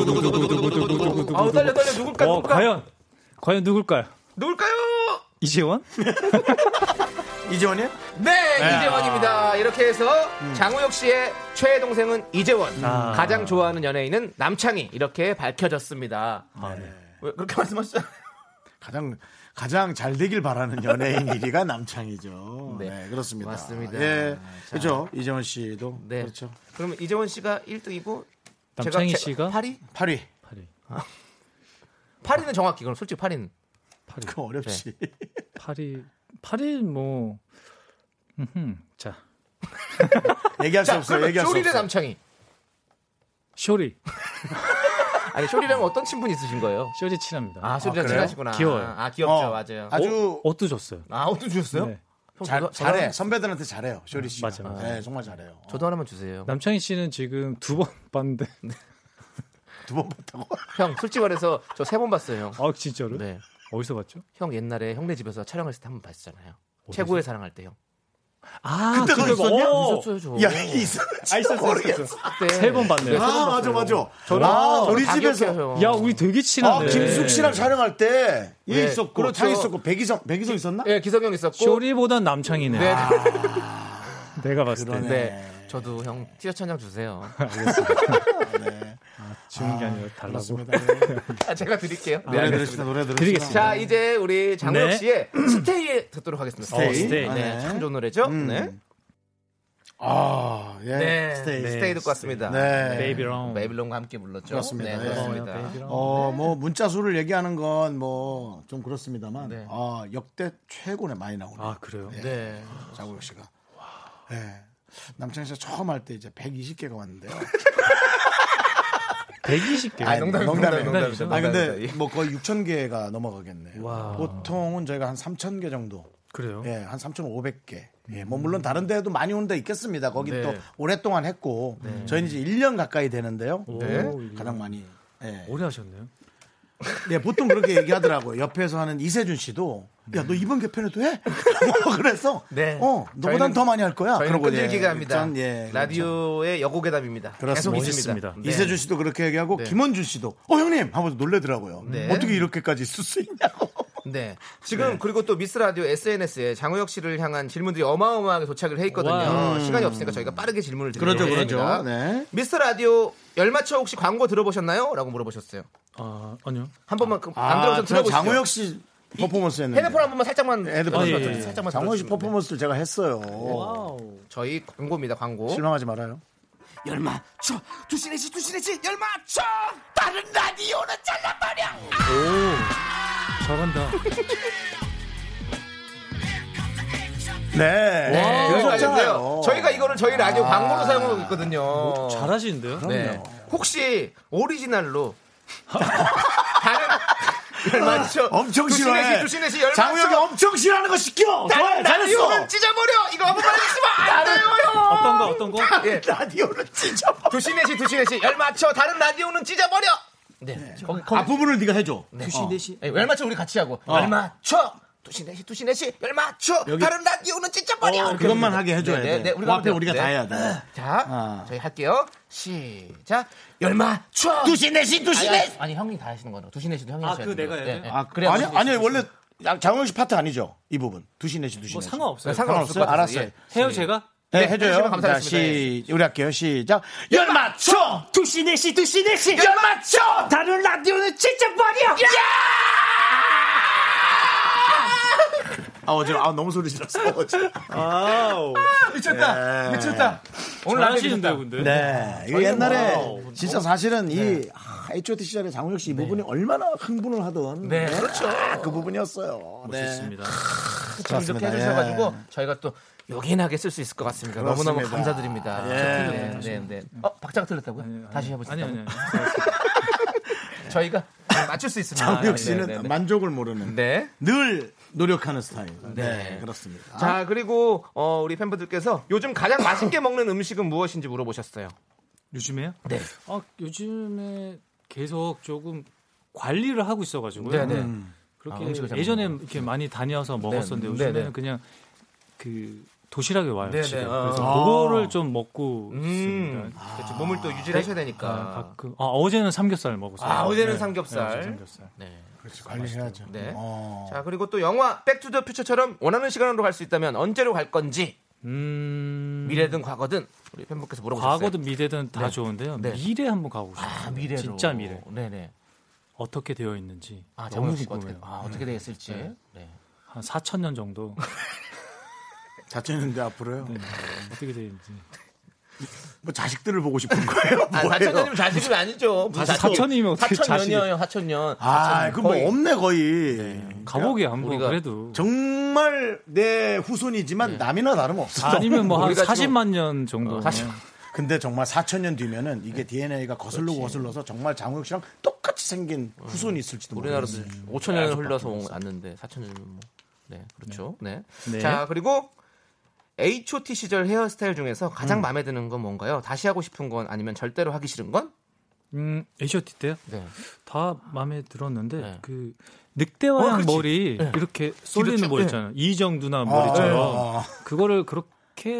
두구두구두구두구두구두구두구두구두구. 아우, 떨려, 떨려. 누굴까, 어, 누굴까? 과연 과연 누굴까요? 누굴까요? 이재원? 이재원이? 네, 이재원입니다. 이렇게 해서 장우혁 씨의 최애 동생은 이재원, 아. 가장 좋아하는 연예인은 남창희 이렇게 밝혀졌습니다. 네. 왜 그렇게 말씀하시죠? 가장 가장 잘 되길 바라는 연예인 1위가 남창이죠. 네, 네. 그렇습니다. 맞습니다. 예, 자. 그렇죠. 이재원 씨도 네. 그렇죠. 그러면 이재원 씨가 1등이고 남창희 제가 씨가 8위? 8위. 8위. 8위는 네. 정확히 그럼 솔직히 8위는 파리. 그거 어렵지. 파리 파리 뭐 음흠, 자 얘기할 수 자, 없어요. 그러면 얘기할 수 쇼리대 없어요. 남창이. 쇼리 아니 쇼리랑 어떤 친분 있으신 거예요? 쇼리 친합니다. 아 아, 쇼리랑 그래요? 친하시구나. 귀여워요. 아 귀엽죠, 어, 맞아요. 아주 옷도 줬어요. 아 옷도 주셨어요? 네. 형, 잘, 저도- 저도 잘해. 하나- 선배들한테 잘해요. 쇼리 씨. 맞아, 맞아. 네, 정말 잘해요. 저도 하나만 주세요. 남창희 씨는 지금 두 번 봤는데 두 번 봤다고? 형 솔직히 말해서 저 세 번 봤어요, 형. 아 진짜로? 네. 어디서 봤죠? 형 옛날에 형네 집에서 촬영했을 때 한 번 봤었잖아요. 최고의 사랑할 때 형. 아 그때 그거 있었냐? 있었어요, 저. 야, 이게 있었는지 모르겠어. 그때. 세 번 봤네요. 네, 세번 아, 맞아, 봤어요. 맞아. 저는- 아, 저는 우리 다 집에서. 기억해요, 형. 야 우리 되게 아, 친한데. 김숙 씨랑 촬영할 때, 얘 네, 있었고, 그렇죠. 창 있었고, 백이성, 백이성 있었나? 예, 기성형 있었고. 쇼리보단 남창이네. 네. 내가 봤을 때. 네. 네. 저도 형 티셔츠 한 장 주세요. 네. 주는 게 아니라 달라고. 맞습니다. 네. 아, 제가 드릴게요. 네, 노래 알겠습니다. 들으시다, 음. 노래 들으시다. 드리겠습니다. 자, 이제 우리 장우혁 네. 씨의 스테이 듣도록 하겠습니다. 스테이. 스테이. 네, 네. 참 좋은 노래죠? 네. 아, 예. 네. 스테이. 스테이. 듣고 왔습니다. 네. 베이비랑. 베이블론과 함께 불렀죠. 그렇습니다. 네, 네. 그렇습니다. 어, 네. 뭐, 문자 수를 얘기하는 건 뭐, 좀 그렇습니다만, 네. 아, 역대 최고네, 많이 나오네. 아 그래요? 네. 장우혁 씨가. 예. 남창희 씨가 처음 할 때 이제 120개가 왔는데요. 120개. 아니, 아, 네, 농담이- 농담이에요. 농담이- 농담이죠. 아니, 근데 농담이죠. 뭐 거의 6,000개가 넘어가겠네요. 와. 보통은 저희가 한 3,000개 정도. 어? 그래요? 예, 한 3,500개. 예, 뭐 물론 다른 데도 많이 온 데 있겠습니다. 거기 네. 또 오랫동안 했고 저희는 이제 1년 가까이 되는데요. 오, 네. 이거 가장 많이. 예. 오래 하셨네요. 예, 보통 그렇게 얘기하더라고요. 옆에서 하는 이세준 씨도 야, 너 이번 개편에도 해? 뭐 그래서 네. 어, 너보단 저희는- 더 많이 할 거야. 저희는 그러고 이제 끈질기게 합니다. 일단, 예, 그렇죠. 라디오의 여고괴담입니다. 그렇습니다. 계속 있습니다. 멋있습니다. 네. 이세준 씨도 그렇게 얘기하고 네. 김원준 씨도 어 형님 하면서 놀래더라고요. 네. 어떻게 이렇게까지 있을 수 있냐고. 네. 지금 그리고 또 미스 라디오 SNS에 장우혁 씨를 향한 질문들이 어마어마하게 도착을 해 있거든요. 와우. 시간이 없으니까 저희가 빠르게 질문을 드리겠습니다. 그렇죠, 그렇죠. 네. 미스 라디오 열마초 혹시 광고 들어보셨나요? 라고 물어보셨어요. 아 아니요. 한 번만 그- 안 아, 들어보셨 저 들어보시죠. 장우혁 씨 퍼포먼스 했는데. 헤드폰 한 번만 살짝만 헤드폰 네. 아, 예, 들어주세요. 예. 살짝만 장우혁 씨 들어주시면 돼요. 퍼포먼스를 제가 했어요. 저희 광고입니다. 광고. 실망하지 말아요. 열맞춰 두시네시 두시네시 열맞춰 다른 라디오는 잘라버려 잘한다. 네. 어. 네, 여기까지인데요. 그렇잖아요. 저희가 이거를 저희 아. 라디오 광고로 사용하고 있거든요. 뭐 잘하시는데요? 네. 혹시 오리지널로 다른 열맞춰 아, 엄청 두시네시, 싫어해. 두시네시 열맞춰 장우혁이 엄청 싫어하는 거 시켜. 좋아요. 잘했어. 라디오는 찢어버려 이거 한번 해주시면 안 돼요 형 어떤 거 어떤 거? 예. 라디오를 찢어. 두시네시 두시네시 열맞춰 다른 라디오는 찢어버려 네, 거기 거기 아 부분을 네가 해줘. 어. 두시네시 어. 예, 열맞춰 우리 같이 하고 열맞춰 두시네시 두시네시 열맞춰 다른 라디오는 찢어버려 어, 그것만 하게 해줘야 네, 돼. 네, 네, 그 우리가 앞에 하면 네. 우리가 돼. 다 해야 돼. 자 아. 저희 할게요 시작 열맞춰 두시네시 아니, 아니, 아니, 형이 다 하시는 거라 두시네시도 형이 하셔야 돼요. 내가 해야 돼? 네, 네. 아 그래. 그래야 아니 두시네시. 아니 원래 장우혁 씨 파트 아니죠 이 부분. 두시네시 두시네시. 뭐 상관없어요. 네, 상관없을 것 같아서, 알았어요. 예. 해요 제가? 네, 네, 해줘요. 해주시면 자, 감사하겠습니다. 예. 시, 우리 할게요. 시작. 열 맞춰! 두시네시, 두시네시! 열 맞춰! 다른 라디오는 진짜 말이야! 아, 어제, 아, 너무 소리 질렀어, 어제. 미쳤다 미쳤다 오늘 라디오 잘하시는데요 미쳤다. 근데. 네. 이거 옛날에, 뭐 진짜 사실은 네. 이, 아, H.O.T 시절에 장우혁 씨 이 부분이 얼마나 흥분을 하던. 네 그렇죠 그 부분이었어요. 네. 좋습니다. 지금 이렇게 그렇습니다. 해주셔가지고 네. 저희가 또 요긴하게 쓸 수 있을 것 같습니다. 너무너무 그렇습니다. 감사드립니다. 네, 네, 네. 어, 박자가 틀렸다고요? 다시 해보시죠. 아니 아니 아니. 저희가 맞출 수 있습니다. 장우혁 네, 씨는 네, 네. 만족을 모르는. 네. 늘 노력하는 스타일. 네. 네. 그렇습니다. 자, 그리고 어, 우리 팬분들께서 요즘 가장 맛있게 먹는 음식은 무엇인지 물어보셨어요. 요즘에요? 네. 아 요즘에 계속 조금 관리를 하고 있어가지고요. 음. 네, 네. 아, 그렇게 음식을 잘 예전에 이렇게 많이 다녀서 먹었었는데 네, 요즘에는 네, 네. 그냥 그 도시락에 와요 네, 집에. 네. 그래서 아. 그거를 좀 먹고 음. 있습니다. 그렇죠. 몸을 또 유지하셔야 되니까. 아, 가끔- 아, 어제는 삼겹살 먹었어요. 아, 어제는 네, 삼겹살. 어제 삼겹살. 네. 그렇지, 관리해야죠. 네. 어. 자, 그리고 또 영화 백투더 퓨처처럼 원하는 시간으로 갈 수 있다면 언제로 갈 건지 음, 미래든 과거든 우리 팬분께서 물어보셨어요. 과거든 미래든 다 좋은데요. 네. 미래 한번 가고 싶어요. 아, 미래로. 진짜 미래. 네네. 어떻게 되어 있는지 아, 너무 장우혁 씨가 어떻게, 궁금해요. 음. 아, 어떻게 되겠을지. 네. 한 4천 년 정도 자체는데 앞으로요. 네. 어떻게 되어 있는지. 뭐 자식들을 보고 싶은 거예요. 아, 뭐예요? 4천년이면 자식은 아니죠. 사천이면 아, 뭐 어떻게 자식이- 4천년이요, 4천년. 아, 그뭐 없네 뭐 거의. 가보게 한번 우리가 그래도 정말 내 후손이지만 네. 남이나 다름없어. 아니면 뭐 한 40만 년 정도. 어, 사실- 근데 정말 4천 년 뒤면은 네. 이게 DNA가 거슬러 거슬러서 정말 장우혁 씨랑 똑같이 생긴 후손이 있을지도 음. 우리나라도 모르겠어요. 5천 년 흘러서 온- 왔는데 4천 년은 뭐. 네, 그렇죠. 네. 네. 자, 그리고 HOT 시절 헤어스타일 중에서 가장 음. 마음에 드는 건 뭔가요? 다시 하고 싶은 건 아니면 절대로 하기 싫은 건? 음, H.O.T 때요? 네. 다 마음에 들었는데 그 늑대와양 그렇지. 머리 네. 이렇게 뒤로 쏠리는 쭉, 머리 네. 있잖아요. 이정 누나 네. 머리처럼 아. 그거를 그렇게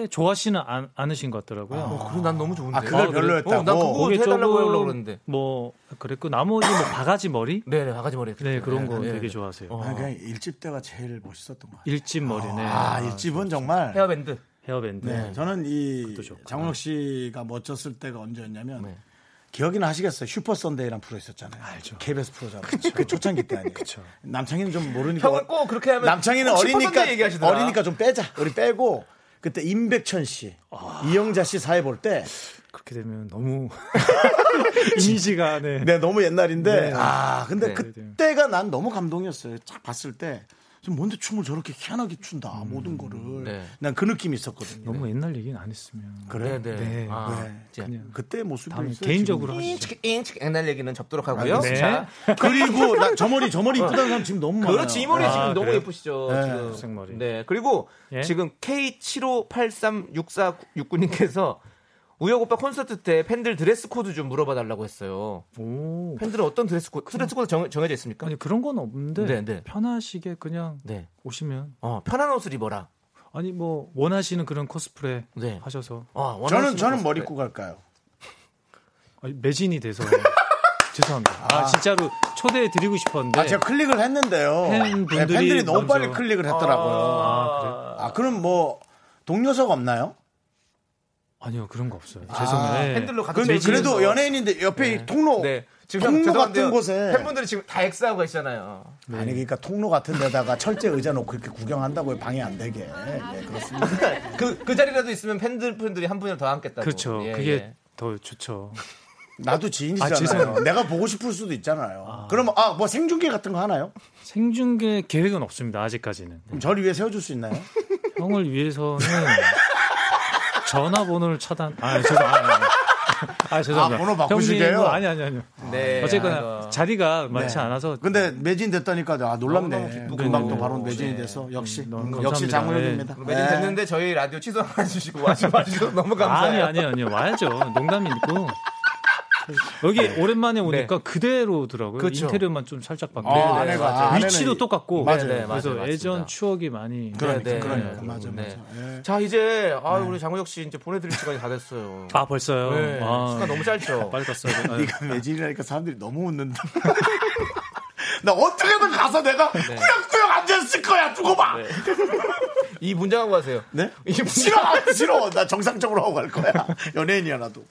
좋아하시는 않, 않으신 것 같더라고요. 어, 그래, 난 너무 좋은데. 아, 그걸 별로였다고? 어, 난 그거 그게 해달라고 조금 하려고 그러는데. 뭐 그랬고 나머지 뭐 바가지 머리? 네, 어. 바가지 머리. 네, 그런 거 네, 되게 네. 좋아하세요. 아, 그냥 일집 때가 제일 멋있었던 것 같아요. 일집 머리네. 아, 일집은 그렇죠. 정말 헤어밴드. 헤어밴드. 네, 저는 이 장우혁 씨가 멋졌을 때가 언제였냐면 네. 기억이 나시겠어요. 슈퍼 선데이란 프로 있었잖아요. 알죠. KBS 프로잖아요. 그 초창기 때 아니에요. 남창이는 좀 모르니까 형은 꼭 그렇게 하면 남창이는 꼭 어리니까 슈퍼 선데이 얘기하시더라. 어리니까 좀 빼자. 우리 빼고 그때 임백천 씨, 아. 이영자 씨 사회 볼 때 그렇게 되면 너무 이미지가 네. 네, 너무 옛날인데 네. 아, 네. 근데 그때가 난 너무 감동이었어요. 딱 봤을 때. 좀 뭔데 춤을 저렇게 희한하게 춘다 모든 거를 음. 네. 난 그 느낌이 있었거든요. 너무 옛날 얘기는 안 했으면 그래? 네. 네. 아, 네. 진짜. 그냥 그때 모습이 다음에 있어요, 개인적으로 지금. 하시죠. 인치 옛날 얘기는 접도록 하고요. 네. 자. 그리고 나- 저 머리, 저 머리 이쁘다는 사람 음. 지금 너무 많아요. 그렇지 이 머리 지금 아, 너무 그래요? 예쁘시죠. 네, 지금. 수색머리. 네. 그리고 예? 지금 K75836469님께서 우혁 오빠 콘서트 때 팬들 드레스 코드 좀 물어봐 달라고 했어요. 오. 팬들은 어떤 드레스 코드? 드레스 코드 정, 정해져 있습니까? 아니 그런 건 없는데 네, 네. 편하시게 그냥 네. 오시면 어, 편한 옷을 입어라. 아니 뭐 원하시는 그런 코스프레 네. 하셔서 아, 저는 저는 머리 입고 갈까요? 아니, 매진이 돼서 죄송합니다. 아, 아. 진짜로 초대해 드리고 싶었는데 아, 제가 클릭을 했는데요. 네. 팬분들이 네, 팬들이 너무 먼저- 빨리 클릭을 했더라고요. 아, 아, 그럼 뭐 동료석 없나요? 아니요 그런 거 없어요. 죄송해요. 네. 근데 그래도 연예인인데 옆에 이 통로 통로 네. 같은 곳에 네. 팬분들이 지금 다 엑스하고 계시잖아요. 아니 그러니까 통로 같은 데다가 철제 의자 놓고 이렇게 구경한다고요 방해 안 되게 네, 그렇습니다. 그, 그 자리라도 있으면 팬들 팬들이 한 분을 더 앉겠다고. 그렇죠. 예, 그게 예. 더 좋죠. 나도 아, 지인이잖아요. 죄송해요. 내가 보고 싶을 수도 있잖아요. 그러면 아 뭐 생중계 같은 거 하나요? 생중계 계획은 없습니다. 아직까지는. 그럼 저를 위해 세워줄 수 있나요? 형을 위해서는 전화번호를 차단. 아 죄송합니다. 아 죄송합니다. 아, 번호 형님, 바꾸시게요? 뭐, 아니 아니 아니요. 네, 예, 어쨌거나 아이고. 자리가 많지 네. 않아서 근데 매진 됐다니까 아 너무너무 놀랍네. 기쁘고. 금방 또 바로 네. 매진이 돼서 역시 음, 너무 역시 감사합니다. 장우혁입니다. 네. 매진 됐는데 저희 라디오 취소 안 해주시고 와주- 와주셔서 너무 아니 감사해요. 아니 아니 와야죠. 농담이고. 여기 오랜만에 오니까 그대로더라고요. 네. 그쵸. 인테리어만 좀 살짝 바뀌고 그렇죠. 아, 네네, 안에가, 맞아요. 위치도 안에는 똑같고 네, 맞아요, 맞아요, 그래서 맞습니다. 예전 추억이 많이 그러니까, 그러니까, 맞아, 네. 자 이제 아 우리 장우혁 씨 이제 보내드릴 시간이 다 됐어요. 아 벌써요. 네, 아. 시간 너무 짧죠. 빨리 아, 갔어요. 네가 매진이라니까 사람들이 너무 웃는다. 나 어떻게든 가서 내가 꾸역꾸역 앉아있을 거야 두고 봐. 이 문장하고 가세요. 네? 이 문장- 싫어 안 싫어 나 정상적으로 하고 갈 거야 연예인이야 나도.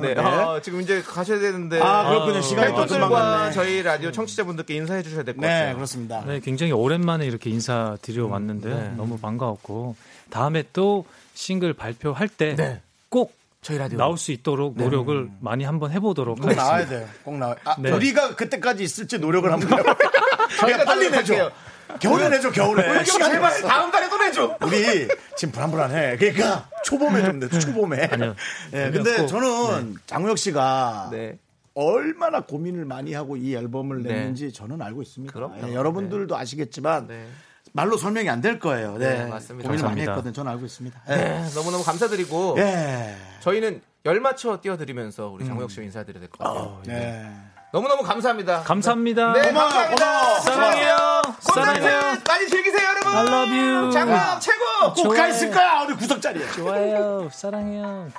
네. 네. 아, 지금 이제 가셔야 되는데. 어. 아, 그렇군요. 시간이 또 금방 팬분들과 갔네. 저희 라디오 청취자분들께 인사해 주셔야 될 것 네, 같아요. 그렇습니다. 네, 굉장히 오랜만에 이렇게 인사 드려 음, 왔는데 네. 너무 반가웠고 다음에 또 싱글 발표할 때 꼭 네. 저희 라디오 네. 음. 나올 수 있도록 노력을 많이 한번 해보도록 꼭 하겠습니다. 나와야 돼요. 꼭 나와. 아, 네. 우리가 그때까지 있을지 노력을 한번 해요. 저희가 네. 빨리 내줘. 겨울에 내줘 겨울에. 시간이 제발 없어. 다음 달에 또 내줘. 우리 지금 불안불안해. 그러니까 초봄에 좀 내줘. 초봄에. 아니요. 예, 근데 꼭, 저는 장우혁 씨가 네. 얼마나 고민을 많이 하고 이 앨범을 네. 냈는지 저는 알고 있습니다. 그럼요. 네. 예, 여러분들도 아시겠지만 말로 설명이 안 될 거예요. 네, 네, 맞습니다. 고민을 많이 감사합니다. 했거든. 저는 알고 있습니다. 예. 네, 너무너무 감사드리고 예. 저희는 열맞춰 띄워드리면서 우리 장우혁 씨와 인사드려야 될 것 같아요. 네. 너무너무 감사합니다. 감사합니다. 네, 고마워, 감사합니다. 고마워. 사랑해요. 사랑해요. 콘서트 많이 즐기세요, 여러분. I love you. 장우혁 최고. 꼭 가 있을 좋아요. 거야. 아, 우리 구석자리에. 좋아요. 사랑해요.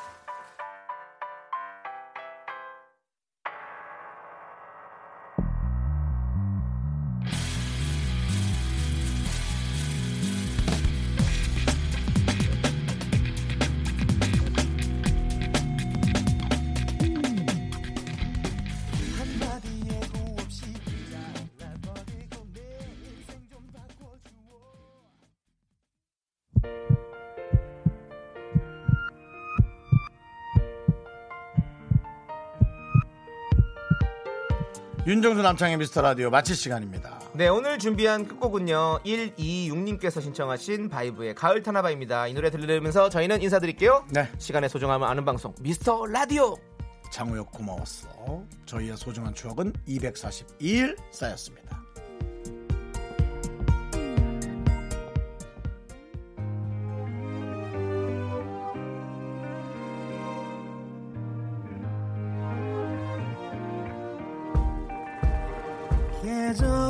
윤정수 남창의 미스터 라디오 마칠 시간입니다. 네, 오늘 준비한 끝곡은요. 126님께서 신청하신 바이브의 가을 타나바입니다. 이 노래 들으면서 저희는 인사드릴게요. 네. 시간의 소중함을 아는 방송 미스터 라디오. 장우혁 고마웠어. 저희의 소중한 추억은 242일 쌓였습니다. 계절